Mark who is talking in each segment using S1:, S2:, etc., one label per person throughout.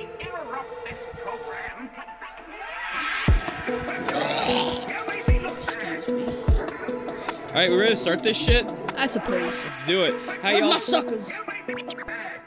S1: interrupt this program.
S2: All right, we ready to start this shit?
S3: I suppose.
S2: Let's do it. How
S3: Where's my
S2: y'all?
S3: suckers?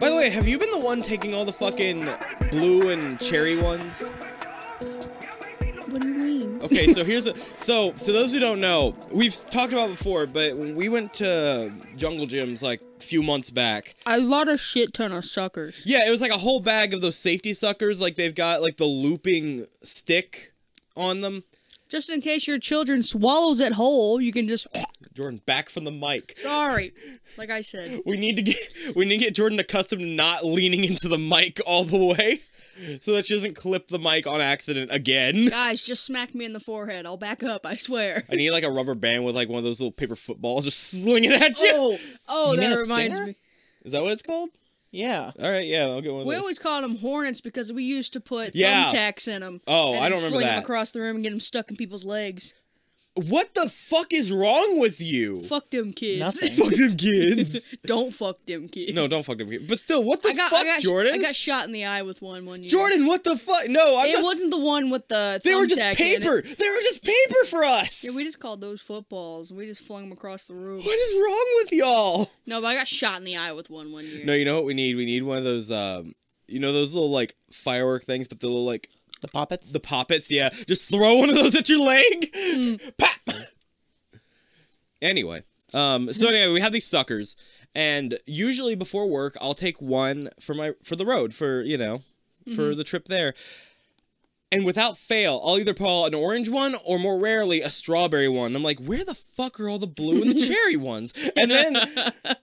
S2: By the way, have you been the one taking all the fucking blue and cherry ones?
S3: What do you mean?
S2: Okay, so here's a. So to those who don't know, we've talked about it before, but when we went to Jungle Gyms like a few months back,
S3: I bought a shit ton of suckers.
S2: yeah, it was like a whole bag of those safety suckers. Like they've got like the looping stick on them.
S3: Just in case your children swallows it whole, you can just.
S2: Jordan, back from the mic.
S3: Sorry. Like I said.
S2: We need to get we need to get Jordan accustomed to not leaning into the mic all the way, so that she doesn't clip the mic on accident again.
S3: Guys, just smack me in the forehead. I'll back up, I swear.
S2: I need like a rubber band with like one of those little paper footballs, just sling it at you.
S3: Oh, oh,
S2: You mean
S3: that
S2: a
S3: reminds
S2: stinger?
S3: me.
S2: Is that what it's called?
S4: Yeah.
S2: All right, yeah, I'll get one of
S3: We
S2: those.
S3: always called them hornets because we used to put
S2: Yeah.
S3: thumbtacks in them.
S2: Oh, I don't remember
S3: fling
S2: that.
S3: them across the room and get them stuck in people's legs.
S2: What the fuck is wrong with you?
S3: Fuck them kids.
S4: Nothing.
S2: Fuck them kids.
S3: don't fuck them kids.
S2: no, don't fuck them kids. But still, what the
S3: I got,
S2: fuck,
S3: I got,
S2: Jordan?
S3: I got shot in the eye with one one year.
S2: Jordan, what the fuck? No, I'm
S3: it
S2: just.
S3: wasn't the one with the.
S2: they were just
S3: thumbtack in it.
S2: paper. They were just paper for us.
S3: Yeah, we just called those footballs. We just flung them across the room.
S2: what is wrong with y'all?
S3: No, but I got shot in the eye with one one year.
S2: No, you know what we need? We need one of those, um, you know, those little like firework things, but the little like
S4: The poppets.
S2: the poppets. Yeah, just throw one of those at your leg.
S4: Hmm.
S2: Pop. anyway, um,
S4: Hmm.
S2: so anyway, we have these suckers, and usually before work, I'll take one for my for the road for you know
S4: Mm-hmm.
S2: for the trip there. And without fail, I'll either pull an orange one or more rarely a strawberry one. I'm like, where the fuck are all the blue and the cherry ones? And then we're-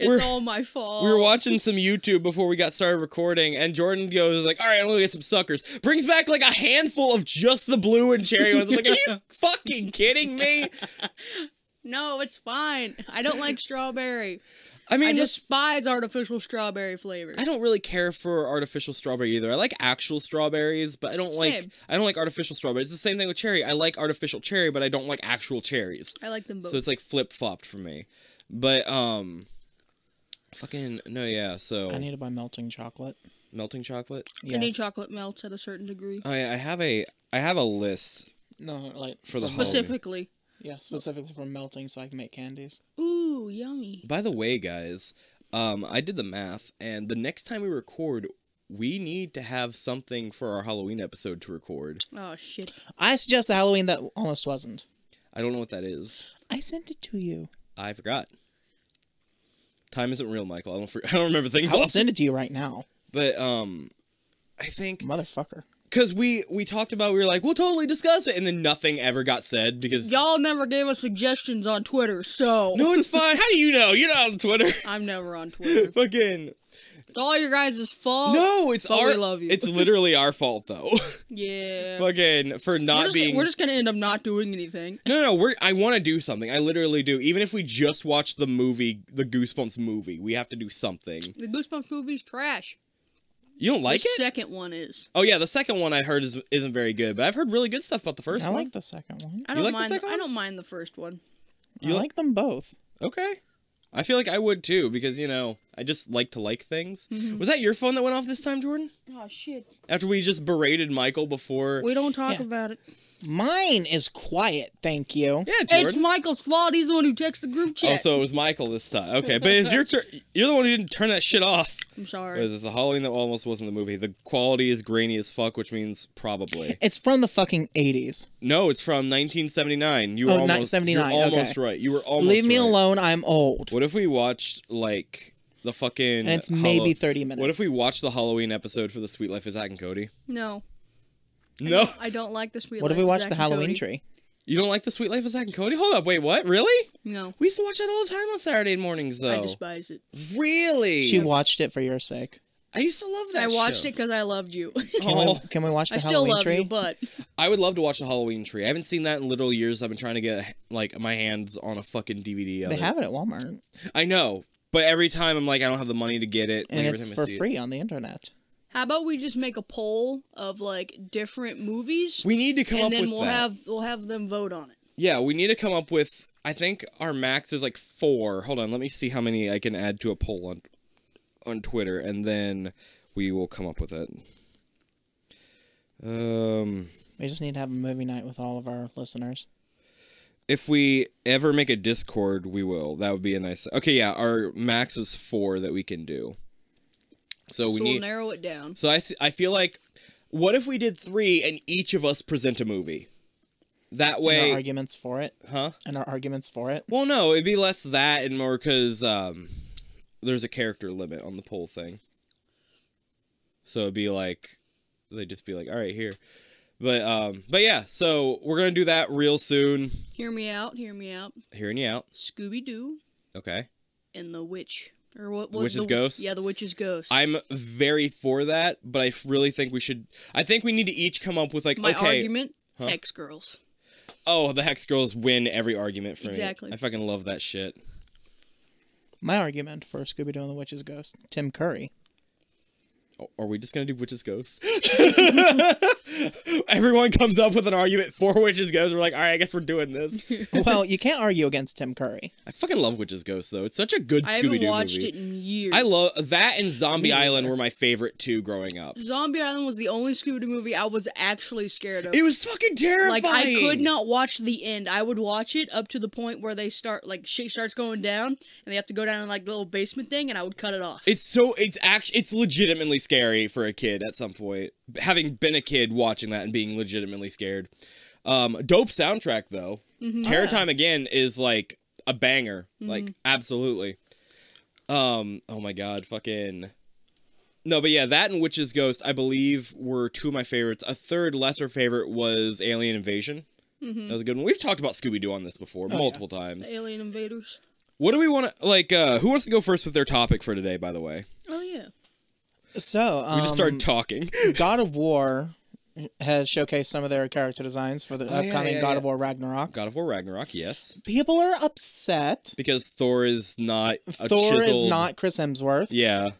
S3: it's all my fault.
S2: we were watching some YouTube before we got started recording, and Jordan goes like, "All right, I'm gonna get some suckers." Brings back like a handful of just the blue and cherry ones. I'm like, "Are you fucking kidding me?"
S3: no, it's fine. I don't like strawberry.
S2: I
S3: I
S2: mean, just
S3: despise artificial strawberry flavors.
S2: I don't really care for artificial strawberry either. I like actual strawberries, but I don't like
S3: Same.
S2: I don't like artificial strawberries. It's the same thing with cherry. I like artificial cherry, but I don't like actual cherries.
S3: I like them both.
S2: So it's like flip flopped for me. But um, fucking no, yeah. So
S4: I need to buy melting chocolate.
S2: melting chocolate.
S3: Any
S4: Yes.
S3: chocolate melts at a certain degree.
S2: I I have a I have a list
S4: No, like
S2: for the holiday.
S3: Specifically.
S4: yeah, specifically for melting, so I can make candies.
S3: Ooh, yummy.
S2: By the way, guys, um, I did the math, and the next time we record, we need to have something for our Halloween episode to record.
S3: Oh shit.
S4: I suggest the Halloween that almost wasn't.
S2: I don't know what that is.
S4: I sent it to you.
S2: I forgot. Time isn't real, Michael. I don't. For- I don't remember things.
S4: I will
S2: off-
S4: send it to you right now,
S2: But um, I think
S4: motherfucker.
S2: because we we talked about we were like we'll totally discuss it, and then nothing ever got said because
S3: Y'all never gave us suggestions on Twitter, so
S2: no, it's fine. How do you know? You're not on Twitter.
S3: I'm never on Twitter.
S2: Fucking
S3: it's all your guys' fault.
S2: no, it's
S3: But
S2: our.
S3: we love you.
S2: It's literally our fault though.
S3: Yeah.
S2: Fucking for
S3: we're,
S2: not
S3: just,
S2: being.
S3: we're just gonna end up not doing anything.
S2: No, no, we're. I want to do something. I literally do. Even if we just watch the movie, the Goosebumps movie, we have to do something.
S3: The Goosebumps movie's trash.
S2: You don't like
S3: the
S2: it?
S3: second one is.
S2: Oh yeah, the second one I heard is isn't very good, but I've heard really good stuff about the first
S4: I
S2: one.
S4: like the second one.
S3: I
S2: You
S3: don't
S2: like the
S3: mind.
S2: second
S3: I
S2: one?
S3: don't mind the first one.
S4: You
S2: like-
S4: like them both?
S2: Okay, I feel like I would too because you know I just like to like things.
S3: Mm-hmm.
S2: Was that your phone that went off this time, Jordan?
S3: Oh shit.
S2: After we just berated Michael before.
S3: We don't talk
S4: Yeah.
S3: about it.
S4: Mine is quiet, thank you.
S2: yeah,
S3: It's
S2: Jordan.
S3: Michael's fault. He's the one who texts the group chat.
S2: Also, it was Michael this time. Okay, but it's your turn. You're the one who didn't turn that shit off.
S3: I'm sorry.
S2: What is this? The Halloween that almost wasn't the movie. The quality is grainy as fuck, which means probably.
S4: It's from the fucking eighties.
S2: No, it's from 1979. You were
S4: Oh,
S2: almost,
S4: 1979,
S2: You're almost
S4: okay.
S2: right. You were almost.
S4: Leave me
S2: right.
S4: alone. I'm old.
S2: What if we watched like the fucking?
S4: And it's maybe 30
S2: What if
S4: minutes.
S2: we watched the Halloween episode for the Sweet Life of Zack and Cody?
S3: no,
S2: No,
S3: I don't like this.
S4: What if we watch the Halloween tree?
S2: you don't like the Sweet Life of Zack and Cody? Hold up, wait, what? Really?
S3: No,
S2: We used to watch that all the time on Saturday mornings, though.
S3: I despise it.
S2: Really?
S4: She watched it for your sake.
S2: I used to love
S3: I
S2: that.
S3: watched it because I loved you.
S4: Can,
S2: Oh.
S4: we, can we watch the
S3: I still
S4: Halloween
S3: love
S4: tree?
S3: you, but
S2: I would love to watch the Halloween tree. I haven't seen that in literal years. I've been trying to get like my hands on a fucking DVD. Of
S4: they
S2: it.
S4: have it at Walmart,
S2: I know, but every time I'm like, I don't have the money to get it. Like,
S4: and
S2: every
S4: it's
S2: time I
S4: for
S2: see it-
S4: free on the internet.
S3: how about we just make a poll of like different movies,
S2: We need to come
S3: and
S2: up
S3: then
S2: with
S3: we'll
S2: that.
S3: have we'll have them vote on it.
S2: Yeah, we need to come up with. I think our max is like four. Hold on, let me see how many I can add to a poll on on Twitter, and then we will come up with it. Um,
S4: We just need to have a movie night with all of our listeners.
S2: if we ever make a Discord, we will. That would be a nice. Okay, yeah, our max is four that we can do. So we
S3: so
S2: need.
S3: we'll narrow it down.
S2: So I, s- I feel like, what if we did three and each of us present a movie? That
S4: And
S2: way,
S4: our arguments for it.
S2: huh?
S4: And our arguments for it.
S2: Well, no, it'd be less that and more because um, there's a character limit on the poll thing. So it'd be like, they'd just be like, all right, here. But um, but yeah, so we're gonna do that real soon.
S3: Hear me out. Hear me out.
S2: Hearing you out,
S3: Scooby Doo
S2: okay?
S3: and the witch, or what? what
S2: Witch's
S3: the-
S2: Ghost?
S3: Yeah, the witch's ghost.
S2: I'm very for that, but I really think we should. I think we need to each come up with like,
S3: My
S2: okay,
S3: argument:
S2: Huh?
S3: X girls.
S2: oh, the Hex Girls win every argument for me.
S3: Exactly.
S2: I fucking love that shit.
S4: My argument for Scooby Doo and the Witch's Ghost. Tim Curry.
S2: Oh, Are we just gonna do witches ghosts? Everyone comes up with an argument for witches ghosts. We're like, all right, I guess we're doing this.
S4: well, you can't argue against Tim Curry.
S2: I fucking love witches ghosts though. It's such a good
S3: I
S2: Scooby
S3: haven't
S2: Doo
S3: watched
S2: movie.
S3: it in years.
S2: I love that and Zombie
S4: Me neither.
S2: Island were my favorite two growing up.
S3: Zombie Island was the only Scooby Doo movie I was actually scared of.
S2: It was fucking terrifying.
S3: like I could not watch the end. I would watch it up to the point where they start like shit starts going down and they have to go down in like the little basement thing and I would cut it off.
S2: It's so it's act it's legitimately scary for a kid at some point. Having been a kid watching that and being legitimately scared. Um, dope soundtrack though. Terror Time Again is like a banger. Like absolutely. Um, oh my god, fucking no, but yeah, that and Witch's Ghost, I believe, were two of my favorites. A third lesser favorite was Alien Invasion. That was a good one. We've talked about Scooby Doo on this before multiple times.
S3: Alien invaders.
S2: What do we want to like? uh Who wants to go first with their topic for today? By the way,
S3: Oh yeah.
S4: So um,
S2: we just started talking.
S4: God of War has showcased some of their character designs for the
S2: Oh, yeah,
S4: upcoming
S2: yeah,
S4: God
S2: yeah.
S4: of War Ragnarok.
S2: God of War Ragnarok, yes.
S4: People are upset.
S2: Because Thor is not a
S4: Thor is
S2: chiseled-
S4: not Chris Hemsworth,
S2: Yeah.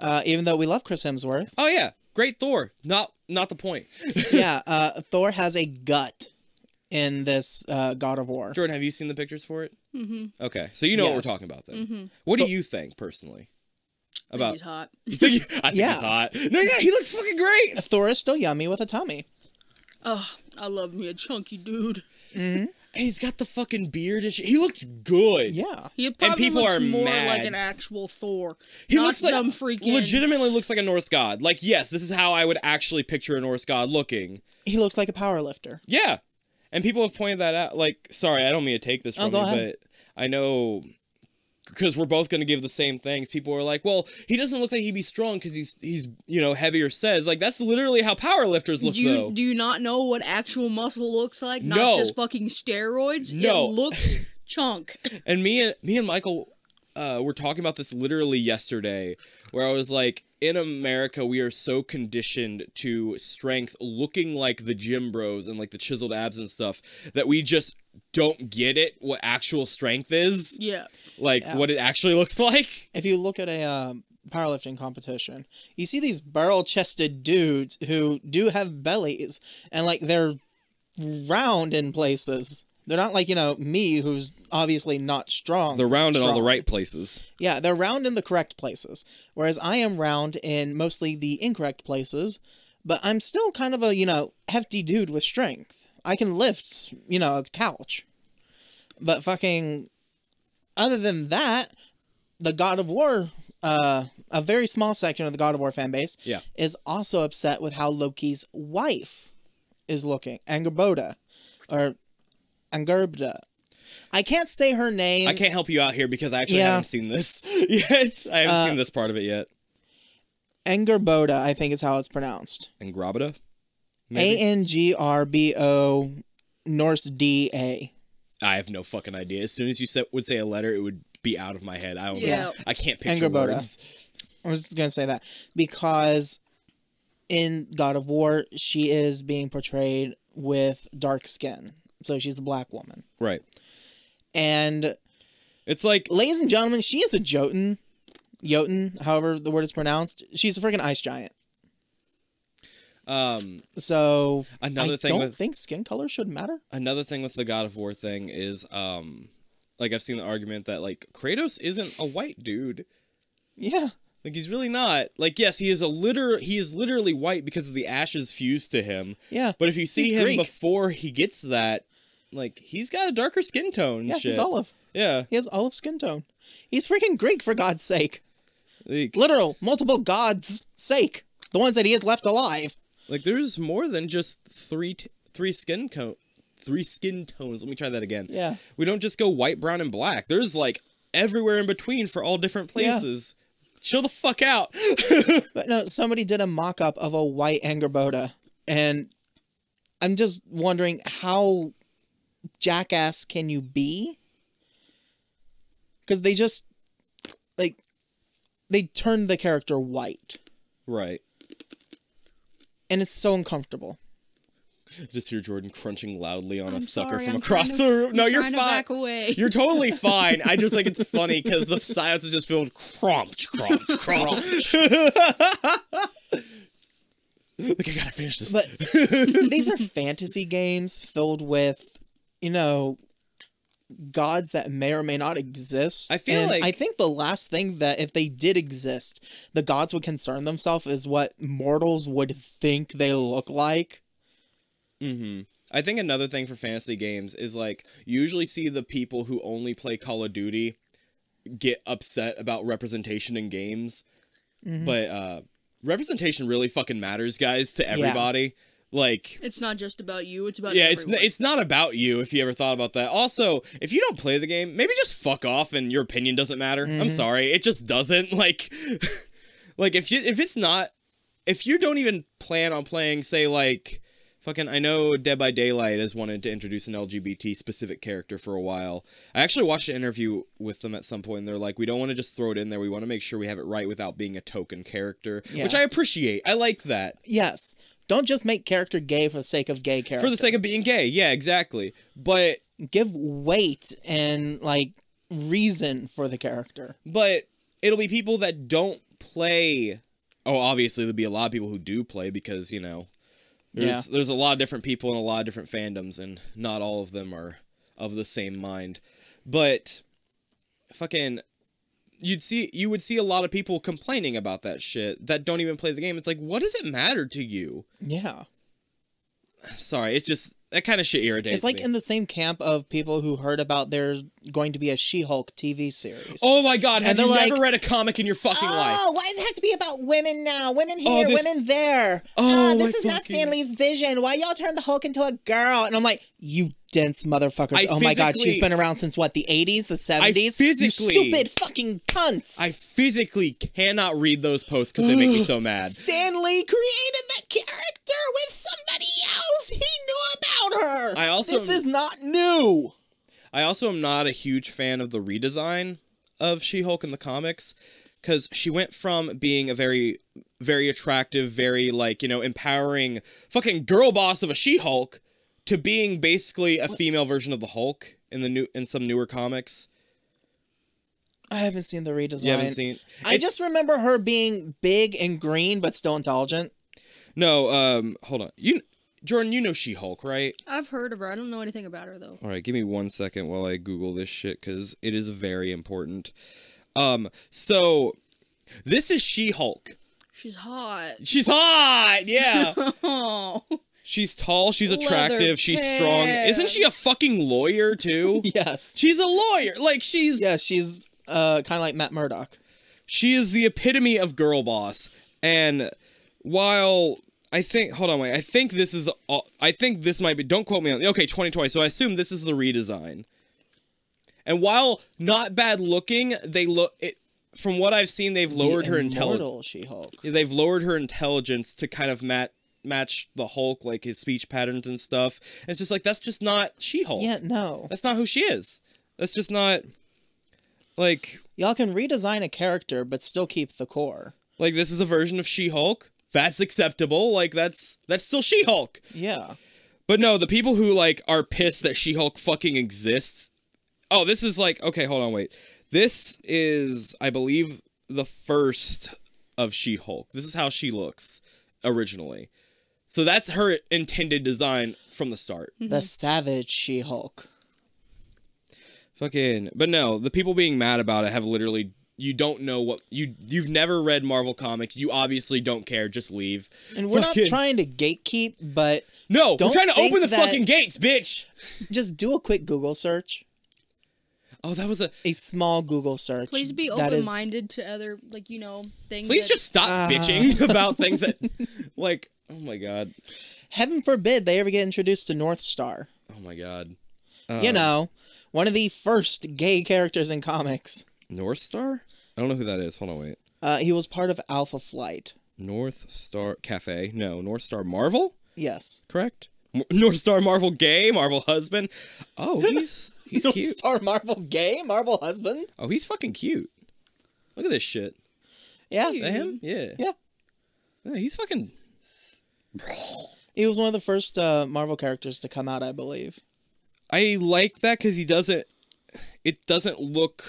S4: uh, even though we love Chris Hemsworth.
S2: Oh yeah, great Thor. Not not the point.
S4: yeah, uh, Thor has a gut in this uh, God of War.
S2: Jordan, have you seen the pictures for it? Mm-hmm. Okay, so you know what
S4: Yes.
S2: we're talking about then.
S3: Mm-hmm.
S2: What do you think personally
S3: I think
S2: about?
S3: he's hot.
S2: You think he- I think
S4: Yeah.
S2: he's hot. No, yeah, he looks fucking great.
S4: Thor is still yummy with a tummy.
S3: Oh, I love me a chunky dude.
S2: And he's got the fucking beard and shit. He looks good.
S4: Yeah.
S3: He probably
S2: people
S3: looks
S2: are
S3: more
S2: mad.
S3: like an actual Thor.
S2: He
S3: not
S2: looks like
S3: some freaking
S2: legitimately looks like a Norse god. Like yes, this is how I would actually picture a Norse god looking.
S4: He looks like a power lifter.
S2: Yeah. And people have pointed that out. Like, sorry, I don't mean to take this
S4: Oh,
S2: from
S4: go
S2: you,
S4: ahead.
S2: but I know because we're both going to give the same things. People are like, "Well, he doesn't look like he'd be strong because he's he's you know heavier." Says like that's literally how powerlifters look
S3: Do you,
S2: though.
S3: do you not know what actual muscle looks like? Not
S2: No.
S3: just fucking steroids.
S2: No.
S3: It looks chunk.
S2: and me and me and Michael uh, were talking about this literally yesterday, where I was like, in America, we are so conditioned to strength looking like the gym bros and like the chiseled abs and stuff that we just don't get it what actual strength is.
S3: Yeah.
S2: like
S4: Yeah.
S2: what it actually looks like.
S4: If you look at a um, powerlifting competition, you see these barrel chested dudes who do have bellies and like they're round in places. They're not like, you know, me who's obviously not strong.
S2: They're round in all the
S4: strong.
S2: right places.
S4: Yeah, they're round in the correct places, whereas I am round in mostly the incorrect places. But I'm still kind of a you know hefty dude with strength. I can lift you know a couch, but fucking other than that, the God of War, uh, a very small section of the God of War fan base,
S2: Yeah.
S4: is also upset with how Loki's wife is looking, Angerboda, or Angerbda. I can't say her name.
S2: I can't help you out here because I actually
S4: Yeah.
S2: haven't seen this yet. I haven't
S4: Uh,
S2: seen this part of it yet.
S4: Angerboda, I think is how it's pronounced.
S2: And Grabada?
S4: A
S2: Maybe?
S4: N G R B O Norse D A.
S2: I have no fucking idea. As soon as you said, would say a letter, it would be out of my head. I don't
S3: Yeah.
S2: know. I can't picture
S4: Angerboda.
S2: words.
S4: I'm just gonna say that because in God of War she is being portrayed with dark skin, so she's a black woman.
S2: Right.
S4: And
S2: It's like
S4: ladies and gentlemen, she is a Jotun, Jotun, however the word is pronounced. She's a freaking ice giant.
S2: um
S4: So
S2: Another
S4: I
S2: thing
S4: don't
S2: with-
S4: think skin color should matter.
S2: another thing with the God of War thing is um like I've seen the argument that like Kratos isn't a white dude.
S4: Yeah,
S2: Like he's really not. Like yes, he is a liter. He is literally white because of the ashes fused to him.
S4: Yeah.
S2: But if you see
S4: He's
S2: him
S4: Greek.
S2: before he gets to that, like he's got a darker skin tone. and
S4: yeah,
S2: shit.
S4: he's olive.
S2: Yeah.
S4: He has olive skin tone. He's freaking Greek for God's sake.
S2: Like,
S4: Literal, multiple gods' sake. The ones that he has left alive.
S2: like there's more than just three t- three skin co- three skin tones. Let me try that again.
S4: Yeah.
S2: We don't just go white, brown, and black. There's like everywhere in between for all different
S4: Yeah.
S2: places. Chill the fuck out.
S4: But no, somebody did a mock up of a white Angerboda. And I'm just wondering how jackass can you be? Because they just, like, they turned the character white.
S2: right.
S4: And it's so uncomfortable.
S2: Just hear Jordan crunching loudly on
S3: I'm
S2: a sucker
S3: sorry,
S2: from
S3: I'm
S2: across
S3: trying to-
S2: the room. No,
S3: I'm
S2: you're
S3: trying
S2: fine.
S3: to back away.
S2: You're totally fine. I just like it's funny because the silence is just filled crump, crump, crump. like I gotta finish this.
S4: But these are fantasy games filled with, you know, gods that may or may not exist.
S2: I feel
S4: And
S2: like-
S4: I think the last thing that if they did exist, the gods would concern themselves is what mortals would think they look like.
S2: hmm I think another thing for fantasy games is like you usually see the people who only play Call of Duty get upset about representation in games, but uh, representation really fucking matters, guys, to everybody. Like
S3: It's not just about you. It's about
S2: yeah, it's
S3: everyone.
S2: it's not about you if you ever thought about that. Also, if you don't play the game, maybe just fuck off and your opinion doesn't matter.
S4: Mm-hmm.
S2: I'm sorry, it just doesn't. Like, like if you if it's not if you don't even plan on playing, say like fucking I know Dead by Daylight has wanted to introduce an LGBT specific character for a while. I actually watched an interview with them at some point and they're like, we don't want to just throw it in there. We want to make sure we have it right without being a token character. Which
S4: Yeah.
S2: I appreciate. I like that.
S4: Yes. Don't just make character gay for the sake of gay character.
S2: For the sake of being gay, yeah, exactly. But
S4: Give weight and like reason for the character.
S2: but it'll be people that don't play. Oh, obviously there'll be a lot of people who do play because you know there's there's a lot of different people and a lot of different fandoms, and not all of them are of the same mind. But fucking, you'd see you would see a lot of people complaining about that shit that don't even play the game. It's like, what does it matter to you?
S4: Yeah.
S2: Sorry, it's just that kind of shit irritates.
S4: It's like
S2: me.
S4: in the same camp of people who heard about there's going to be a She-Hulk TV series.
S2: Oh my god, have
S4: And
S2: you
S4: they're like-
S2: never read a comic in your fucking life?
S4: Oh, why does it have to be about women now? Women here,
S2: this-
S4: women there.
S2: Oh,
S4: Ah, this
S2: my
S4: is not
S2: fucking-
S4: Stanley's vision. Why y'all turned the Hulk into a girl? And I'm like, you dense motherfuckers.
S2: I
S4: oh my god, she's
S2: physically-
S4: been around since what, the 80s, the 70s?
S2: physically-
S4: You stupid fucking cunts.
S2: I physically cannot read those posts because they make me so mad.
S4: Stanley created the character with somebody else. He knew about her.
S2: I also-
S4: This is not new.
S2: I also am not a huge fan of the redesign of She Hulk in the comics because she went from being a very, very attractive, very, like, you know, empowering fucking girl boss of a She Hulk to being basically a female version of the Hulk in the new in some newer comics.
S4: I haven't seen the redesign.
S2: You haven't seen
S4: I just
S2: It's-
S4: remember her being big and green, but still intelligent.
S2: No, um, hold on. You Jordan, you know She Hulk, right?
S3: I've heard of her. I don't know anything about her though.
S2: All right, give me one second while I Google this shit because it is very important. Um, so this is She Hulk.
S3: She's hot.
S2: She's hot. Yeah,
S3: Oh,
S2: she's tall. She's attractive.
S3: Leather
S2: she's strong. Isn't she a fucking lawyer too?
S4: Yes.
S2: She's a lawyer. Like she's
S4: Yeah, she's uh, kind of like Matt Murdock.
S2: she is the epitome of girl boss. And while I think, hold on, wait, I think this is, all- I think this might be. Don't quote me on. Okay, 2020. So I assume this is the redesign. And while not bad looking, they look. It, from what I've seen, they've lowered her intelligence.
S4: Immortal She-Hulk.
S2: They've lowered her intelligence to kind of mat match the Hulk, like his speech patterns and stuff. It's just like that's just not She Hulk.
S4: Yeah, no.
S2: That's not who she is. That's just not like
S4: Y'all can redesign a character, but still keep the core.
S2: like this is a version of She-Hulk. That's acceptable. Like that's that's still She-Hulk.
S4: Yeah.
S2: But no, the people who like are pissed that She-Hulk fucking exists. Oh, this is like okay, hold on, wait. This is I believe the first of She-Hulk. This is how she looks originally. So that's her intended design from the start.
S3: Mm-hmm.
S4: The savage She-Hulk.
S2: Fucking but no, the people being mad about it have literally you don't know what you you've never read Marvel comics. You obviously don't care. Just leave.
S4: And we're
S2: Fucking-
S4: not trying to gatekeep, but
S2: No, we're
S4: don't
S2: trying to
S4: think
S2: open the
S4: that-
S2: fucking gates, bitch.
S4: just do a quick Google search,
S2: Oh, that was a.
S4: a small Google search.
S3: Please be
S4: that is-
S3: open-minded to other, like you know, things.
S2: Please
S3: that-
S2: just stop
S4: Uh.
S2: bitching about things that, like, oh my god,
S4: Heaven forbid they ever get introduced to North Star.
S2: oh my god. Oh.
S4: you know, one of the first gay characters in comics.
S2: North Star. I don't know who that is. Hold on, wait.
S4: Uh, he was part of Alpha Flight.
S2: North Star Cafe. No, North Star Marvel.
S4: Yes.
S2: Correct. M- North Star Marvel gay, Marvel husband. Oh, he's he's
S4: North
S2: cute.
S4: Star Marvel gay Marvel husband.
S2: Oh, he's fucking cute. Look at this shit.
S4: Yeah.
S3: Cute.
S2: That him? Yeah.
S4: Yeah.
S2: Yeah, he's fucking.
S4: He was one of the first uh, Marvel characters to come out, I believe.
S2: I like that because he doesn't. It doesn't look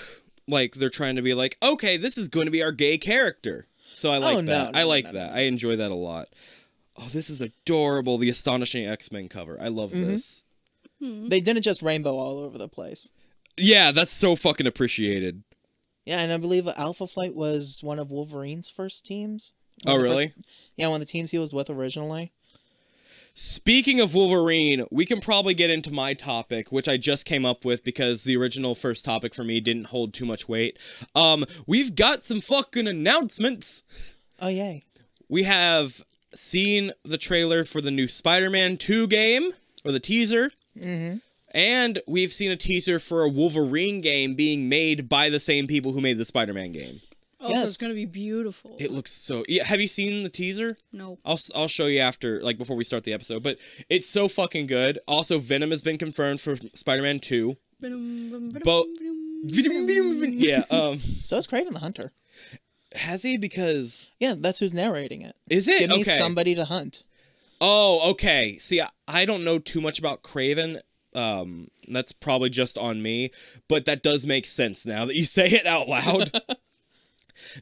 S2: like they're trying to be like, okay, this is going to be our gay character. So I like
S4: Oh, no,
S2: that.
S4: no,
S2: I
S4: no,
S2: like
S4: no,
S2: that. I enjoy that a lot. Oh, this is adorable. The astonishing X Men cover. I love
S4: Mm-hmm.
S2: this.
S4: They didn't just rainbow all over the place.
S2: Yeah, that's so fucking appreciated.
S4: Yeah, and I believe Alpha Flight was one of Wolverine's first teams.
S2: Oh,
S4: One of the
S2: really?
S4: first- yeah, one of the teams he was with originally.
S2: Speaking of Wolverine, we can probably get into my topic, which I just came up with because the original first topic for me didn't hold too much weight. Um, we've got some fucking announcements.
S4: Oh, yay.
S2: We have seen the trailer for the new Spider Man 2 game, or the teaser. Mm-hmm. And we've seen a teaser for a Wolverine game being made by the same people who made the Spider Man game.
S3: Oh, so
S4: Yes.
S3: it's gonna be beautiful.
S2: It looks so. Yeah, have you seen the teaser?
S3: no.
S2: I'll, s- I'll show you after, like, before we start the episode. But it's so fucking good. Also, Venom has been confirmed for Spider Man 2. Bo- yeah, um,
S4: So is Craven the Hunter.
S2: has he? Because.
S4: Yeah, that's who's narrating it.
S2: Is it?
S4: Give
S2: okay.
S4: me somebody to hunt.
S2: Oh, okay. See, I, I don't know too much about Craven. Um, that's probably just on me, but that does make sense now that you say it out loud.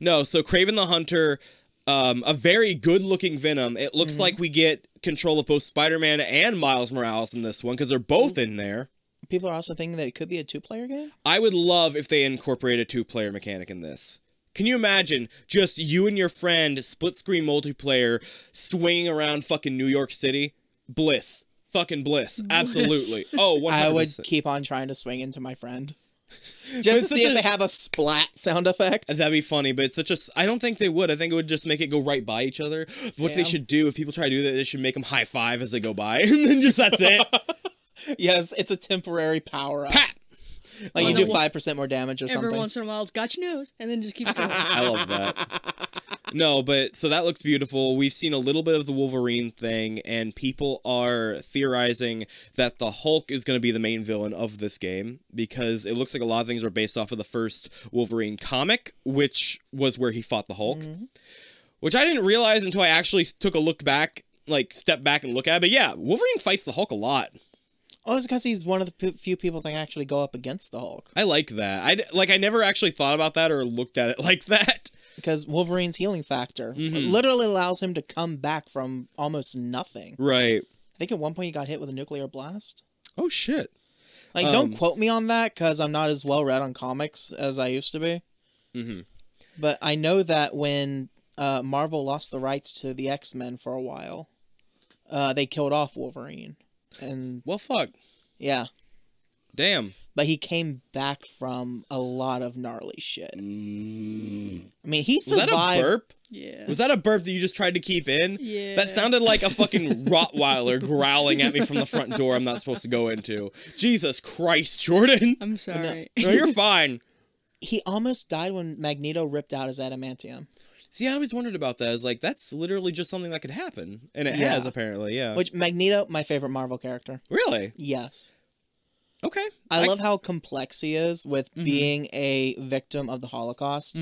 S2: no, so Craven the Hunter, um, a very good-looking Venom. It looks like we get control of both Spider-Man and Miles Morales in this one because they're both in there.
S4: People are also thinking that it could be a two player game.
S2: I would love if they incorporate a two-player mechanic in this. Can you imagine just you and your friend split-screen multiplayer swinging around fucking New York City? Bliss. Fucking bliss. Absolutely. Oh, 100%.
S4: I would keep on trying to swing into my friend.
S2: But
S4: Just to
S2: such
S4: see if
S2: a-
S4: they have a splat sound effect.
S2: That'd be funny, but it's such a. s- I don't think they would. I think it would just make it go right by each other. What they
S4: Yeah.
S2: should do if people try to do that, they should make them high five as they go by, and then just that's it.
S4: Yes, it's a temporary power up.
S2: Pat.
S4: Like you
S3: Oh,
S4: do
S3: no.
S4: five percent more damage or
S3: Every
S4: something.
S3: once in a while, it's got your nose, and then just keep going.
S2: I love that. No, but so that looks beautiful. We've seen a little bit of the Wolverine thing, and people are theorizing that the Hulk is going to be the main villain of this game because it looks like a lot of things are based off of the first Wolverine comic, which was where he fought the Hulk, which I didn't realize until I actually took a look back, like step back and look at it. But yeah, Wolverine fights the Hulk a lot.
S4: Oh, it's because he's one of the p- few people that can actually go up against the Hulk.
S2: I like that. I d- like I never actually thought about that or looked at it like that.
S4: Because Wolverine's healing factor
S2: Mm-hmm.
S4: literally allows him to come back from almost nothing.
S2: Right.
S4: I think at one point he got hit with a nuclear blast.
S2: Oh shit.
S4: Like,
S2: Um.
S4: don't quote me on that because I'm not as well read on comics as I used to be.
S2: Mhm.
S4: But I know that when uh, Marvel lost the rights to the X Men for a while, uh, they killed off Wolverine. And
S2: Well, fuck.
S4: yeah,
S2: Damn.
S4: but he came back from a lot of gnarly shit. I mean, he
S2: Mm. Was
S4: survived.
S2: that a burp?
S3: Yeah.
S2: Was that a burp that you just tried to keep in?
S3: Yeah.
S2: That sounded like a fucking Rottweiler growling at me from the front door I'm not supposed to go into. Jesus Christ, Jordan.
S3: I'm sorry.
S2: No, you're fine.
S4: He almost died when Magneto ripped out his adamantium,
S2: See, I always wondered about that. I was like, that's literally just something that could happen. And it
S4: Yeah.
S2: has, apparently, yeah.
S4: which Magneto, my favorite Marvel character.
S2: really?
S4: Yes.
S2: Okay.
S4: I, love how complex he is with
S2: Mm-hmm.
S4: being a victim of the Holocaust.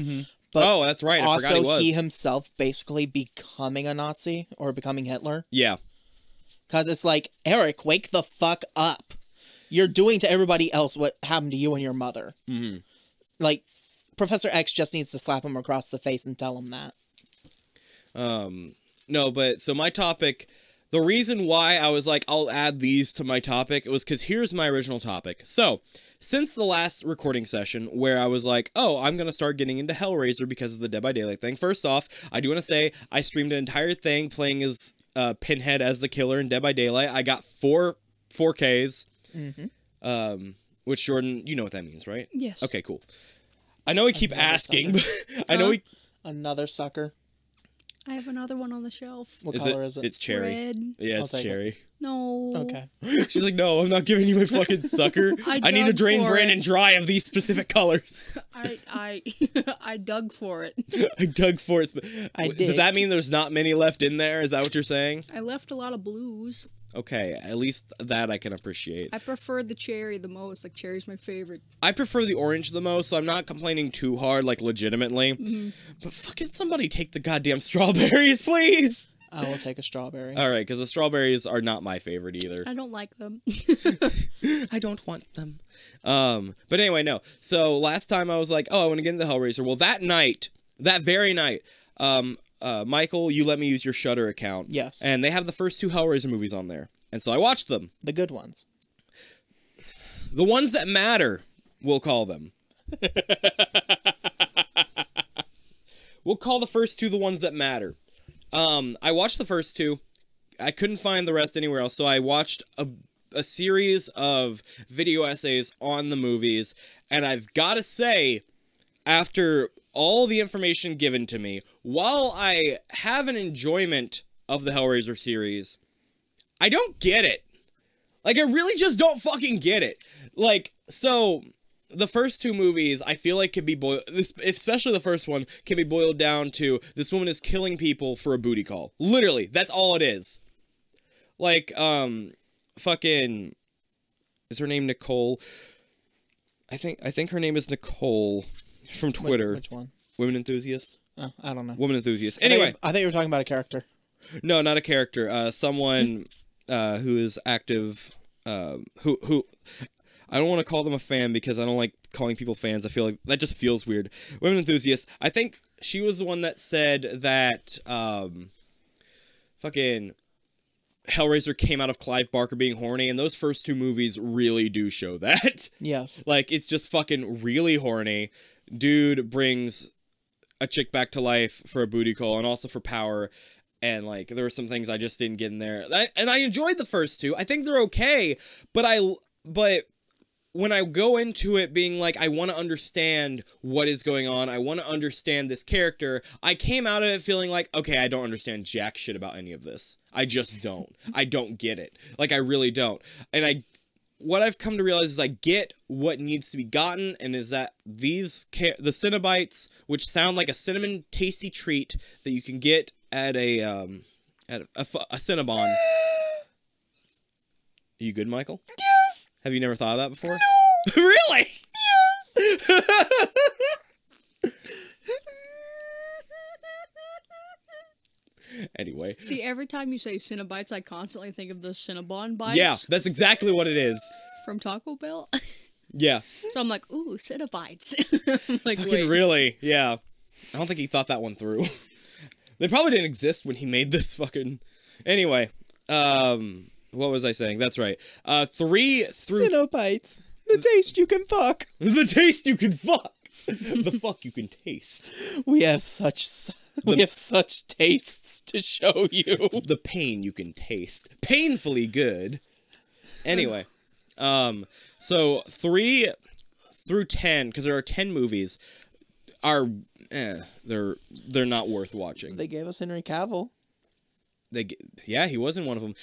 S4: But
S2: Oh, that's right. I forgot
S4: also,
S2: he was.
S4: he himself basically becoming a Nazi or becoming Hitler.
S2: yeah.
S4: Because it's like, Eric, wake the fuck up. You're doing to everybody else what happened to you and your mother.
S2: Mhm.
S4: Like, Professor X just needs to slap him across the face and tell him that.
S2: Um, no, but so my topic The reason why I was like, I'll add these to my topic was because here's my original topic. So, since the last recording session where I was like, oh, I'm going to start getting into Hellraiser because of the Dead by Daylight thing, first off, I do want to say I streamed an entire thing playing as uh, Pinhead as the killer in Dead by Daylight. I got four 4Ks, um, which, Jordan, you know what that means, right?
S3: Yes.
S2: Okay, cool. I know we keep asking, but I know
S3: Huh?
S2: we.
S4: Another sucker.
S3: I have another one on the shelf.
S4: What
S2: Is
S4: color
S2: it,
S4: is it?
S2: It's cherry.
S3: Red.
S2: Yeah,
S4: I'll
S2: it's
S4: take it.
S2: cherry.
S3: No.
S4: okay.
S2: She's like, no, I'm not giving you my fucking sucker. I,
S3: I
S2: need to
S3: dug
S2: drain,
S3: for
S2: drain,
S3: it."
S2: and dry of these specific colors.
S3: I I I dug for it.
S2: I dug for it.
S4: I
S2: Does that mean there's not many left in there? Is that what you're saying?
S3: I left a lot of blues.
S2: Okay, at least that I can appreciate.
S3: I prefer the cherry the most. Like cherry's my favorite.
S2: I prefer the orange the most, so I'm not complaining too hard, like legitimately.
S3: Mm-hmm.
S2: But fucking somebody take the goddamn strawberries, please.
S4: I will take a strawberry.
S2: All right, because the strawberries are not my favorite either.
S3: I don't like them.
S2: I don't want them. Um, but anyway, no. So last time I was like, oh, I want to get into Hellraiser. Well, that night, that very night, um, uh, Michael, you let me use your Shutter account.
S4: Yes.
S2: And they have the first two Hellraiser movies on there, and so I watched them,
S4: The good ones.
S2: the ones that matter. We'll call them. we'll call the first two the ones that matter. Um, I watched the first two. I couldn't find the rest anywhere else, so I watched a, a series of video essays on the movies, and I've got to say, after all the information given to me, while I have an enjoyment of the Hellraiser series, I don't get it. Like, I really just don't fucking get it. Like, so. The first two movies, I feel like, could be boiled. This, especially the first one, can be boiled down to this woman is killing people for a booty call. Literally, that's all it is like um fucking is her name Nicole? I think I think her name is Nicole from
S4: Wh-
S2: Twitter.
S4: Which one?
S2: Women enthusiast.
S4: Oh, I don't know.
S2: Woman enthusiast.
S4: I thought you-
S2: Anyway,
S4: I thought you were talking about a character.
S2: no, not a character. Uh, someone uh, who is active. Um, who who. I don't want to call them a fan because I don't like calling people fans. I feel like that just feels weird. Women enthusiasts. I think she was the one that said that um, fucking Hellraiser came out of Clive Barker being horny, and those first two movies really do show that.
S4: Yes.
S2: Like it's just fucking really horny. Dude brings a chick back to life for a booty call and also for power. And like there were some things I just didn't get in there. I, and I enjoyed the first two. I think they're okay, but I but when I go into it being like I want to understand what is going on, I want to understand this character, I came out of it feeling like okay, I don't understand jack shit about any of this. I just don't. I don't get it. Like I really don't. And I what I've come to realize is I get what needs to be gotten, and is that these ca- the Cinnabites, which sound like a cinnamon tasty treat that you can get at a um at a, a, fu- a Cinnabon. you good, Michael? Yes. Have you never thought of that before? No. really? Yes. anyway.
S3: See, every time you say Cinnabites, I constantly think of the Cinnabon bites
S2: Yeah, that's exactly what it is.
S3: from Taco Bell.
S2: Yeah.
S3: so I'm like, ooh, Cinnabites. I'm like,
S2: Fucking
S3: wait.
S2: really, yeah. I don't think he thought that one through. they probably didn't exist when he made this fucking. Anyway, um, what was I saying? That's right. Uh, three through
S4: Cenobites. The taste you can fuck.
S2: the taste you can fuck, the fuck you can taste,
S4: We have such s- we
S2: The-
S4: have such tastes to show you.
S2: the pain you can taste, painfully good. Anyway, um, so three through ten because there are ten movies are eh, they're they're not worth watching.
S4: They gave us Henry Cavill.
S2: they g- yeah he was in one of them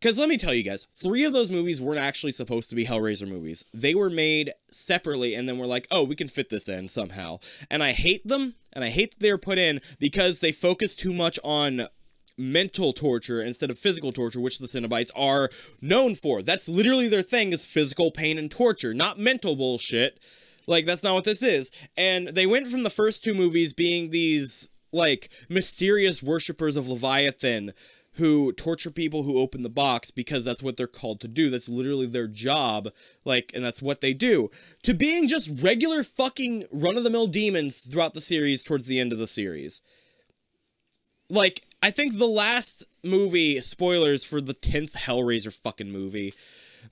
S2: because let me tell you guys three of those movies weren't actually supposed to be hellraiser movies they were made separately and then we're like oh we can fit this in somehow and i hate them and i hate that they were put in because they focus too much on mental torture instead of physical torture which the cenobites are known for that's literally their thing is physical pain and torture not mental bullshit like that's not what this is and they went from the first two movies being these like mysterious worshippers of leviathan who torture people who open the box because that's what they're called to do that's literally their job like and that's what they do to being just regular fucking run of the mill demons throughout the series towards the end of the series like I think the last movie spoilers for the 10th Hellraiser fucking movie.